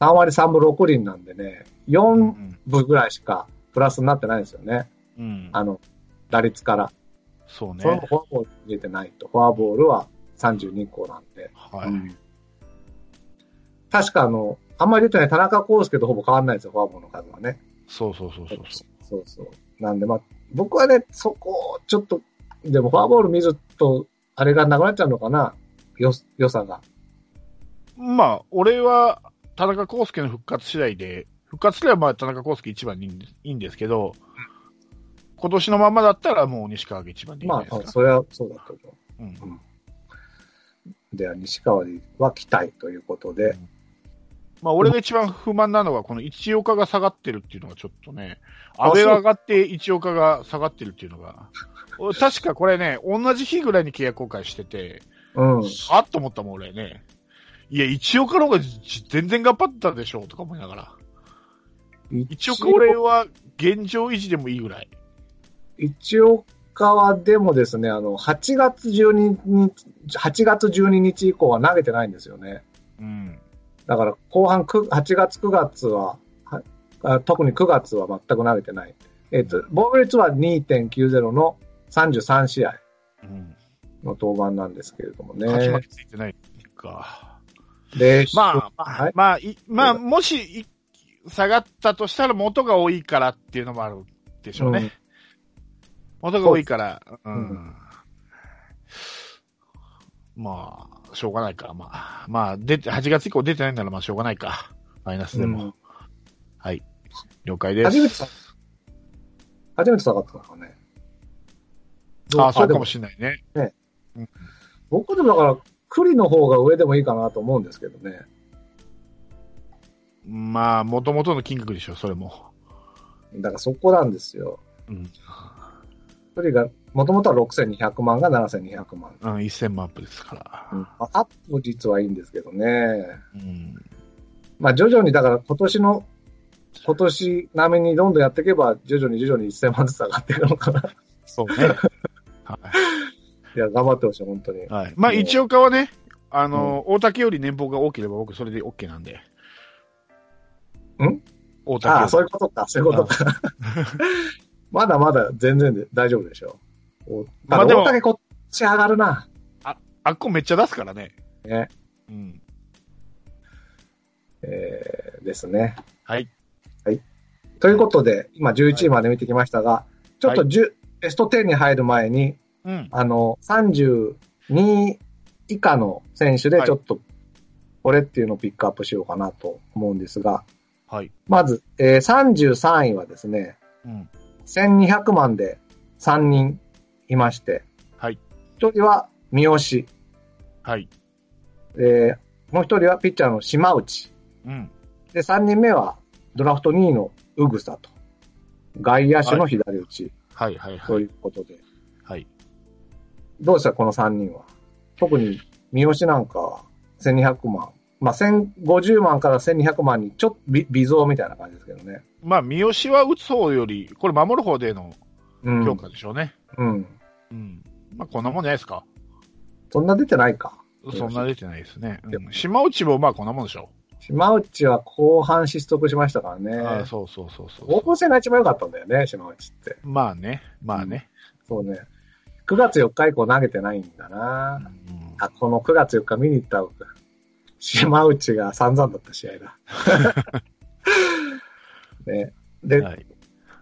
S2: 3割3分6厘なんでね、
S3: う
S2: 4
S3: ん、
S2: 分ぐらいしかプラスになってないんですよね。
S3: うん。
S2: あの、打率から。
S3: そうね
S2: そ。れもフォアボール入れてないと。フォアボールは32個なんで。
S3: は
S2: う
S3: い。
S2: ん確かあの、あんまり出てない田中康介とほぼ変わんないですよ、フォアボールの数はね。
S3: そうそうそうそうそ
S2: そうそう。なんで、まあ、僕はね、そこをちょっと、でもフォアボール見ると、あれがなくなっちゃうのかなよ、良さが。
S3: まあ、俺は田中康介の復活次第で、復活すればまあ田中康介一番にいいんですいいんですけど、今年のままだったらもう西川が一番でいいんじゃ
S2: ま
S3: な
S2: あ、
S3: いです
S2: うん
S3: か。
S2: それはそうだと思
S3: うん
S2: う。では、西川は期待ということで、
S3: まあ、俺が一番不満なのは、この一岡が下がってるっていうのがちょっとね、安倍が上がって一岡が下がってるっていう のが、お確かこれね、同じ日ぐらいに契約公開してて、
S2: うん。
S3: はっと思ったもん、俺ね。いや、一岡の方がじ全然頑張ったでしょ、とか思いながら。一岡俺は現状維持でもいいぐらい。
S2: 一岡はでもですね、あの、8月12日、8月12日以降は投げてないんですよね。
S3: うん。
S2: だから後半く8月9月は、はあ特に9月は全く投げてない。えっ、と、防御率は2.90の33試合
S3: うん。
S2: の登板なんですけれども
S3: 勝ち負
S2: ね。
S3: けついてないっていうか。
S2: で、
S3: まあ、
S2: はい
S3: まあ、いまあ、もしい、下がったとしたら元が多いからっていうのもあるでしょうね。
S2: うん
S3: 元が多いから、う
S2: うん
S3: ん。まあ、しょうがないか。まあ、まあ、出て、8月以降出てないならまあしょうがないか。マイナスでも。
S2: うん
S3: はい。了解です。
S2: 初めてさ、初めて下がったのかね。
S3: ああ、そうか
S2: で
S3: もしれないね。
S2: 僕でもだから、栗の方が上でもいいかなと思うんですけどね。
S3: まあ、元々の金額でしょ、それも。
S2: だからそこなんですよ。
S3: うん。
S2: 栗が、もともとは6200万が7200万。
S3: うん、1000万アップですから。
S2: うん、アップ率はいいんですけどね。
S3: うん。
S2: まあ徐々にだから今年の、今年並みにどんどんやっていけば、徐々に徐々に1000万ずつ上がっていくのか な。
S3: そうね。はい。
S2: いや、頑張ってほしい、本当に。
S3: はい。まあ、
S2: もう
S3: 一岡はね、あの、大竹より年俸が多ければ僕それで OK なんで。
S2: ん
S3: 大竹より。
S2: ああ、そういうことか、そういうことか。 まだまだ全然で大丈夫でしょう。お
S3: ま
S2: ただ
S3: あでも
S2: 大竹こっち上がるな。
S3: あっこめっちゃ出すからね。
S2: ね。
S3: うん。
S2: えー、ですね。
S3: はい。
S2: ということで、今11位まで見てきましたが、ちょっと
S3: は
S2: 10、ベスト10に入る前に、
S3: うん。
S2: あの、32位以下の選手で
S3: はい
S2: ちょっと、これっていうのをピックアップしようかなと思うんですが、
S3: はい。
S2: まず、えー33位はですね、
S3: うん。
S2: 1200万で3人いまして、
S3: はい。
S2: 1人は三好、
S3: はい。
S2: えーもう1人はピッチャーの島内、
S3: うん。
S2: で、3人目はドラフト2位のうぐさと、外野手の左打ち
S3: はいはいは
S2: と
S3: い。
S2: いうことで、
S3: はい。
S2: どうしたこの3人は。特に、三好なんかは、1200万。まあ、1050万から1200万に、ちょっと微微増みたいな感じですけどね。
S3: まあ、三好は打つ方より、これ守る方での
S2: うん。
S3: 評価でしょうね。
S2: うん。
S3: うん。まあ、こんなもんじゃないですか。
S2: そんな出てないか。
S3: そんな出てないですね。うん、島内もまあこんなもんでしょ
S2: 島内は後半失速しましたから
S3: う。ああ
S2: ね。
S3: そうそうそうそう
S2: オープン戦が一番良かったんだよね、島内って。
S3: まあね。まあね。
S2: そうね。9月4日以降投げてないんだ
S3: う
S2: な。
S3: ん、
S2: あ、この9月4日見に行った島内が散々だった試合 だ。ね。で、
S3: はい。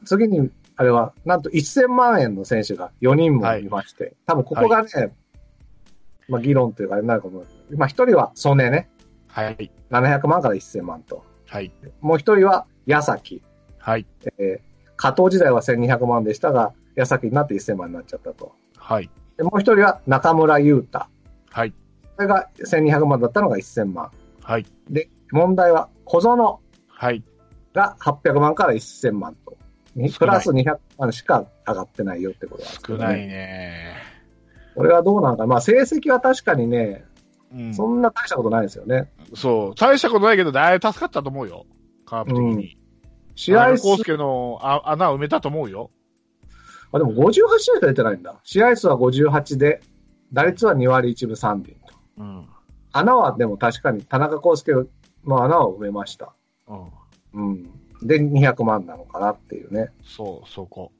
S2: 次に、あれは、なんと1000万円の選手が4人もいまして、多分ここがね、まあ議論というかあれになるかも。まあ1人は曽根ね、
S3: はい。
S2: 700万から1000万と。
S3: はい。
S2: もう1人は矢崎。
S3: はい。
S2: えー加藤時代は1200万でしたが、矢崎になって1000万になっちゃったと。
S3: はい。
S2: でもう1人は中村優太。
S3: はい。
S2: これが1200万だったのが1000万。
S3: はい。
S2: で、問題は小園
S3: はい。
S2: が800万から1000万と。にプラス200万しか上がってないよってことなんですけ
S3: 少
S2: どね
S3: ないね。
S2: これはどうなんか、まあ、成績は確かにね、
S3: うん、
S2: そんな大したことないですよね。
S3: そう。大したことないけど、だいぶ助かったと思うよ。カープ的に。
S2: 試合数
S3: 田中、康介のあ穴を埋めたと思うよ。
S2: あ、でも58試合しか出てないんだ。試合数は58で、打率は2割1分3厘と。
S3: うん。
S2: 穴はでも確かに田中康介の穴を埋めました。
S3: うん。
S2: うん。で、200万なのかなっていうね。
S3: そう、そこ。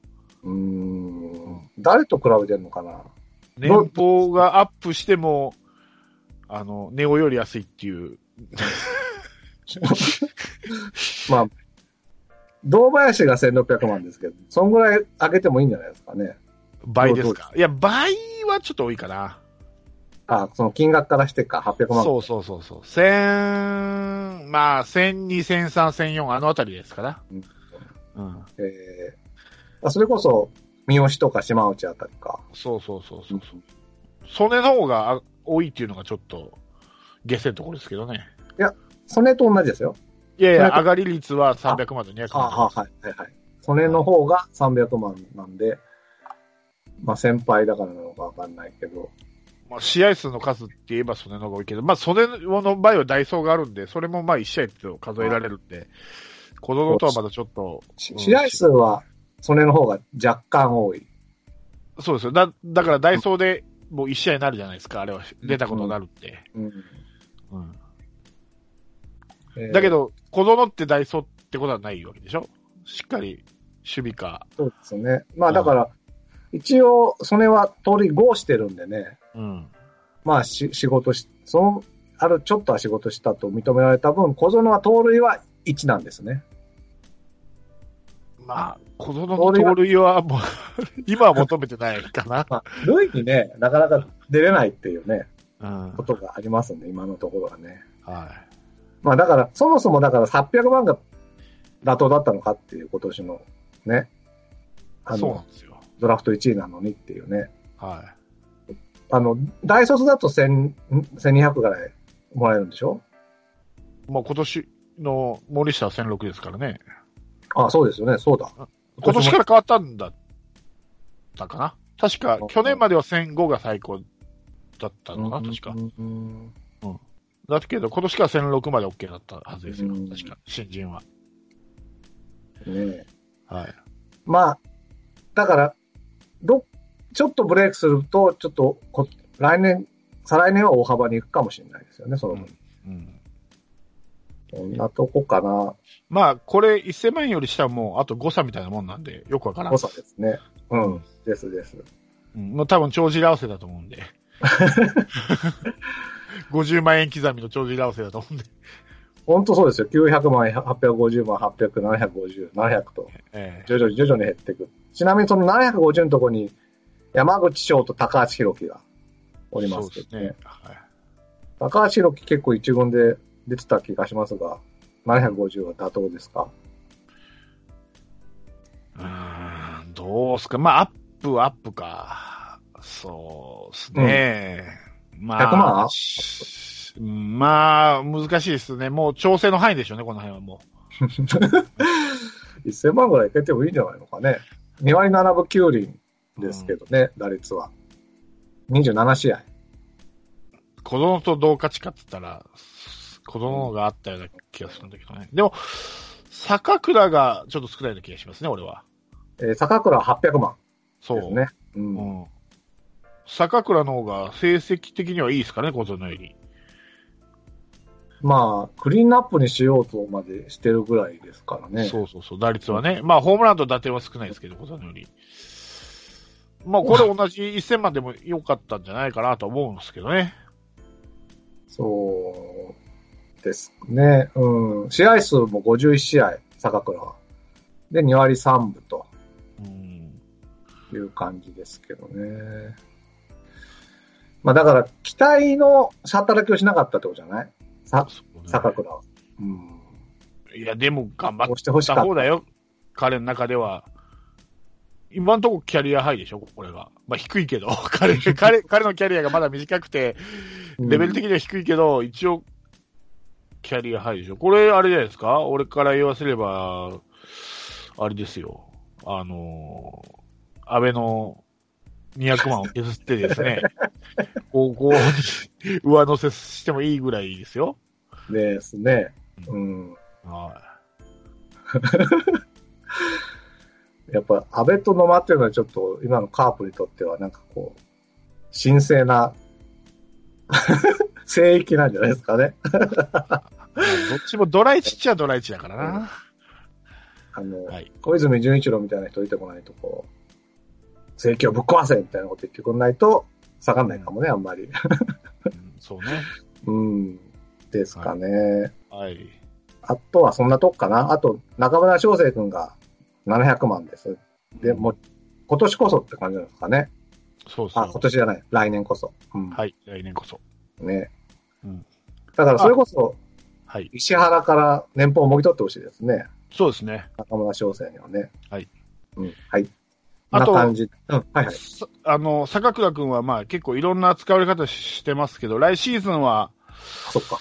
S2: うーん
S3: ん。
S2: 誰と比べてるのかな
S3: 年俸がアップしても、あの、ネオより安いっていう。
S2: まあ、堂林が1600万ですけど、そんぐらい上げてもいいんじゃないですかね。
S3: 倍です
S2: どうど
S3: か。いや、倍はちょっと多いかな。
S2: あ、その金額からしてか、800万。
S3: そうそうそうそう。千、まあ、千二、千三、千四、あのあたりですから。
S2: うん
S3: うん。
S2: えーあそれこそ、三好とか島内あたりか。
S3: そうそうそうそうそう。それの方があ多いっていうのがちょっと、下世のところですけどね。
S2: それと同じですよ。
S3: いやい
S2: そ
S3: や
S2: れ、と
S3: 上がり率は300万と200
S2: は
S3: 万。
S2: あ、はあ、はい、はい、はい。それの方が300万なんで、まあ先輩だからなのかわかんないけど、
S3: まあ、試合数の数って言えばそれの方が多いけど、まあ、それの場合はダイソーがあるんで、それもまあ1試合って数えられるんで、子供とはまたちょっと、
S2: し
S3: うん
S2: 試合数は、それの方が若干多い。
S3: そうですよ。だ、だからダイソーでもう1試合になるじゃないですか、あれは。出たことになるって。
S2: うん
S3: うん。
S2: えー
S3: だけど、子供ってダイソーってことはないわけでしょしっかり、守備か。
S2: そうですね。まあだから、一応、それは通り5してるんでね、
S3: うん。
S2: まあし仕事し、その、あるちょっとは仕事したと認められた分、小園は盗塁は1なんです ね。
S3: まあ、子供の盗塁はもう、 今は求めてないかな。
S2: まあ、塁にね、なかなか出れない っていうね、
S3: うん
S2: こ。とがありますんで、今のところはね。
S3: は
S2: まあだから、そもそもだから800万が妥当だったのかっていう今年のね、あ
S3: い。そうな
S2: の
S3: ん、ですよ。
S2: ドラフト1位なのにっていうね。
S3: は
S2: あの、大卒だと1000 1200ぐらいもらえるんでしょ
S3: い。まあ、今年の森下は1006ですからね。
S2: あ、そうですよね、そうだ。
S3: 今年から変わったんだったかな確か
S2: うん、
S3: 去年までは1005が最高だったのかな確か。
S2: うん
S3: だけど、今年から1006まで OK だったはずですよ。
S2: うん
S3: 確か、新人は。
S2: ねえ
S3: はい。
S2: まあ、だから、ど、ちょっとブレイクすると、ちょっとこ、来年、再来年は大幅に行くかもしれないですよね、その分。
S3: うん、
S2: こんなとこかな、
S3: まあ、これ、1000万円より下はもう、あと誤差みたいなもんなんで、よくわからん。
S2: 誤差ですね。うん、ですです。
S3: うん、もう多分、帳尻合わせだと思うん で。50万円刻みの帳尻合わせだと思うんで。
S2: 本当そうですよ。900万、850万、800、750、700と、
S3: ええ
S2: 徐々に徐々に減っていく。ちなみにその750のところに、山口翔と高橋宏樹がおりますけどね。
S3: そうですね。はい。
S2: 高橋宏樹結構一軍で出てた気がしますが、750は妥当ですか
S3: うーんどうすか。まあ、アップはアップか。そうですね。
S2: 100万
S3: まあ、しまあ、難しいですね。もう調整の範囲でしょうね、この辺はも
S2: ?1000 万ぐらいいけてもいいんじゃないのかね。2割7分9厘ですけどね、打率は。27試合。
S3: う。子供と同価値かって言ったら、子供の方があったような気がするんだけどね。でも、坂倉がちょっと少ないような気がしますね、俺は。
S2: えー坂倉は800万
S3: そ
S2: で
S3: う。
S2: すね。う。
S3: うんん。坂倉の方が成績的にはいいですかね、小園より。
S2: まあ、クリーンアップにしようとまでしてるぐらいですからね。
S3: そうそうそう、打率はね。まあ、ホームランと打点は少ないですけど、小園より。まあ、これ同じ1000万でも良かったんじゃないかなと思うんですけどね。
S2: そうですね。うん。試合数も51試合、坂倉は。で、2割3分と
S3: うん。
S2: いう感じですけどね。まあだから、期待の働きをしなかったってことじゃないさ
S3: そうね
S2: 坂倉は。うん。
S3: いや、でも頑張
S2: こ
S3: っ
S2: うしてほしたかっ
S3: 方だよ。彼の中では。今のところキャリアハイでしょ、これが。まあ、低いけど。彼、彼、彼のキャリアがまだ短くて、
S2: た。
S3: レベル的には低いけど、一応、キャリアハイでしょ。これ、あれじゃないですか俺から言わせれば、あれですよ。あのー、安倍の200万を削ってで すね、高校に上乗せしてもいいぐらいですよ。
S2: うんですね。うん。
S3: は
S2: やっぱ、安倍と野間っていうのはちょっと、今のカープにとってはなんかこう、神聖な、 聖域なんじゃないですかね。
S3: い。どっちもドライチっちゃドライチだからな。
S2: あの、
S3: はい
S2: 小泉純一郎みたいな人出てこないと、こう、政教ぶっ壊せみたいなこと言ってこないと、下がんないかもね、あんまり。
S3: うんそうね。
S2: うん。ですかね。
S3: はい。
S2: あとはそんなとこかな。あと、中村翔成君が700万です。で、もう、今年こそって感じなんですかね。
S3: そうそ
S2: あ、
S3: う
S2: 今。年じゃない。来年こそ。うん。
S3: はい、来年こそ。
S2: ね。
S3: うん
S2: だから、それこそ、
S3: はい。
S2: 石原から年俸をもぎ取ってほしいですね。
S3: そうですね。
S2: 中村翔成にはね。
S3: はい。
S2: うん。はい。
S3: あ
S2: あと、
S3: と
S2: な感じ。うん。はいはい。
S3: さあの、坂倉くんはまあ結構いろんな使われ方してますけど、来シーズンは
S2: そっか。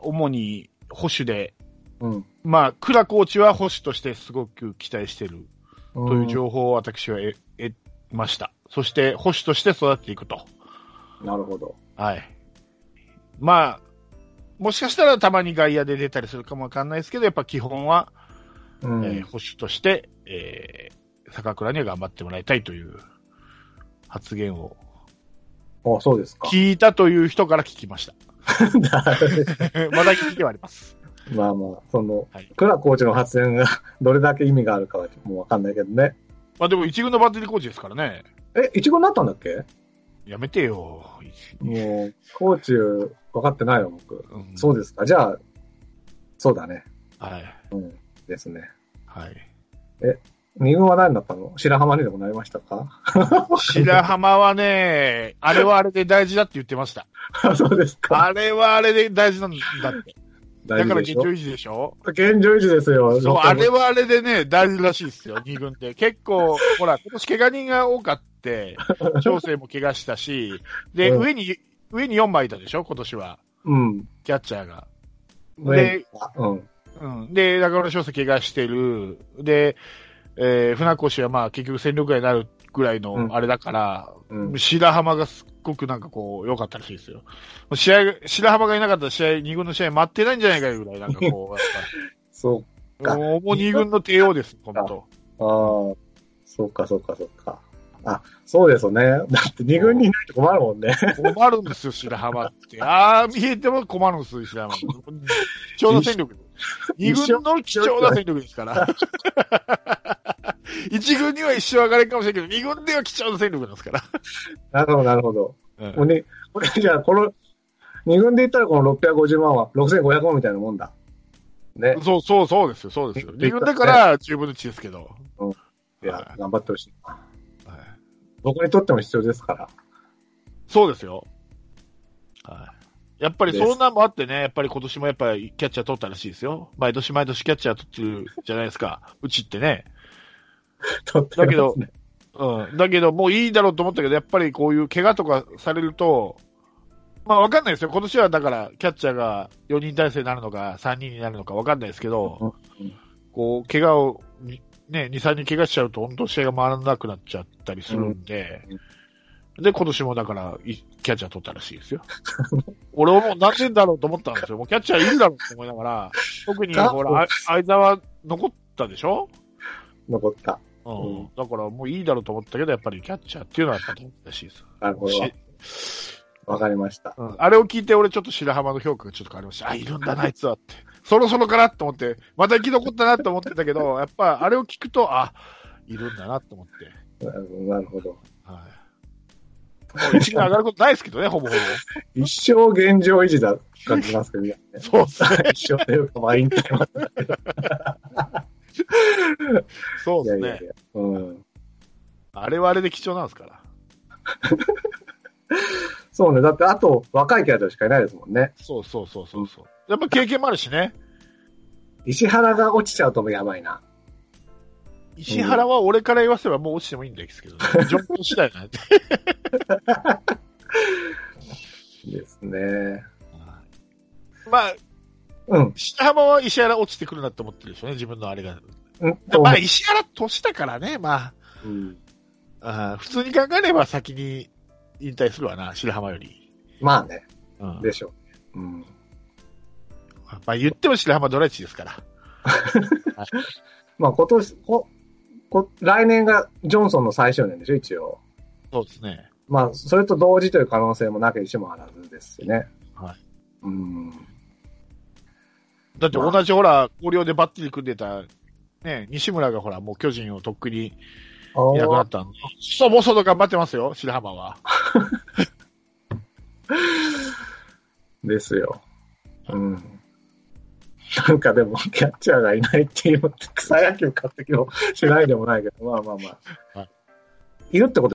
S3: 主に保守で、
S2: うん。
S3: まあ、倉コーチは保守としてすごく期待してる
S2: と
S3: という情報を私は得得ました。そして保守として育っていくと。
S2: なるほど。
S3: はい。まあ、もしかしたらたまに外野で出たりするかもわかんないですけど、やっぱ基本は、
S2: うん。
S3: えー保守として、えー坂倉には頑張ってもらいたいという発言を
S2: あ、そうですか。
S3: 聞いたという人から聞きました。まだ聞いてはあります。
S2: まあまあ、その
S3: はい、
S2: 倉コーチの発言が どれだけ意味があるかはもうわかんないけどね。
S3: まあでも一軍のバッテリーコーチですからね。
S2: え、一軍になったんだっけ
S3: やめてよ。
S2: もう、コーチ分かってないよ、僕。
S3: うん
S2: そうですか。じゃあ、そうだね。
S3: はい。
S2: うん。ですね。
S3: はい。
S2: 二軍は何だったの白浜にでもなりましたか
S3: 白浜はね、あれはあれで大事だって言ってました。
S2: そうですか。
S3: あれはあれで大事なんだって。だ
S2: 大
S3: か
S2: 丈
S3: ら
S2: 夫でしょ
S3: 現状維持でしょ
S2: 現状維持ですよ。
S3: そう、
S2: 六
S3: あ
S2: 回も
S3: れはあれでね、大事らしいですよ、二軍って。結構、ほら、今年怪我人が多か って、調整も怪我したし、で、
S2: うん
S3: 上に、上に4枚いたでしょ今年は。
S2: うん。
S3: キャッチャーが。
S2: ねあうん。
S3: うん。で、中村翔介怪我してる。で、えー、船越はまあ結局戦力外になるぐらいうの
S2: ん
S3: あれだから、
S2: うん。
S3: 白浜がすっごくなんかこう、良かったらしいですよ。試合が、白浜がいなかったら試合、二軍の試合待ってないんじゃないかいうぐらい、なんかこ、
S2: そう
S3: やっぱ、もう二軍の帝王です、本当
S2: う。ああ。そうか、そうか、そうか。あ、そうですよね。だって二軍にいないと困るもんね。
S3: 困るんですよ、白浜って。ああ、見えても困るんですよ、白浜。貴重な戦 力。二
S2: 一緒
S3: 軍の貴重な戦力です から。一軍には一生上がれんかもしれないけど、二軍では貴重な戦力なんですから。
S2: なるほど、なるほど。
S3: うん
S2: もうね、これじゃあ、この、二軍で言ったらこの650万は6500万みたいなもんだ。ね。
S3: そうそうそうですよ、そうですよ。
S2: で
S3: 二軍だから十分の1ですけど。
S2: いや、頑張ってほしい。
S3: はい
S2: 僕にとっても必要ですから。
S3: そうですよ。はい。やっぱりそんなんもあってね、やっぱり今年もやっぱりキャッチャー取ったらしいですよ。毎年毎年キャッチャー取ってるじゃないですか。うちってね。
S2: とっても
S3: だけど、うん。だけど、もういいだろうと思ったけど、やっぱりこういう怪我とかされると、まあわかんないですよ。今年はだから、キャッチャーが4人体制になるのか、3人になるのかわかんないですけど
S2: うん、
S3: こう、怪我をに、ね、2、3人怪我しちゃうと、本当試合が回らなくなっちゃったりするんで、で、今年もだから、いキャッチャー取ったらしいですよ。 俺はもう何年だろうと思ったんですよ。もうキャッチャーいるだろうと思いながら、特に、ほら、あ相沢残ったでしょ
S2: 残った。
S3: う
S2: うん
S3: ん、だからもういいだろうと思ったけど、やっぱりキャッチャーっていうのはやっぱ大事らしいです。
S2: なるほど。わかりました。
S3: うん、あれを聞いて、俺ちょっと白浜の評価がちょっと変わりました。あ、いるんだな、あいつはって。そろそろかなと思って、また生き残ったなと思ってた けど、やっぱあれを聞くと、あ、いるんだなと思って。
S2: うんなるほど。
S3: はい。もう一軍上がることないですけ どね、ほぼほ
S2: 一生現状維持だ感じますけどね。
S3: ぼ。 そうっすね。
S2: 一生というか、まあ、引退は。
S3: そう
S2: い
S3: で
S2: や
S3: す
S2: い
S3: ね。
S2: やいや。うん。
S3: あれはあれで貴重なんですから。
S2: そうね。だって、あと、若いキャラしかいないですもんね。
S3: そうそうそうそうそう。やっぱ経験もあるしね。
S2: 石原が落ちちゃうともやばいな。
S3: 石原は俺から言わせればもう落ちてもいいんです けどね。状況次第なんで。
S2: ですね。
S3: まあ、
S2: うん。
S3: 白浜は石原落ちてくるなって思ってるでしょうね、自分のあれが。
S2: うん
S3: まあ、石原年だからね、ま
S2: うん
S3: あ、あー普通に考えれば先に引退するわな、白浜より。
S2: まあね。
S3: うん、
S2: でしょう。うん。
S3: まあ、言っても白浜ドライチですから。
S2: まあ今年、こ、こ、来年がジョンソンの最終年でしょ、一応。
S3: そうですね。
S2: まあ、それと同時という可能性もなきにしもあらずですしね。
S3: はい。
S2: うん。
S3: だって同じほら、広陵でバッテリー組んでた、ね、西村がほら、もう巨人をとっくに
S2: あ
S3: いなくな
S2: ー
S3: ったんで、そもそも頑張ってますよ、白浜は。
S2: ですよ。うん。なんかでも、キャッチャーがいないっていう、草野球買ってきもしないでもないけど、まあまあまあ。
S3: はい
S2: いるってこと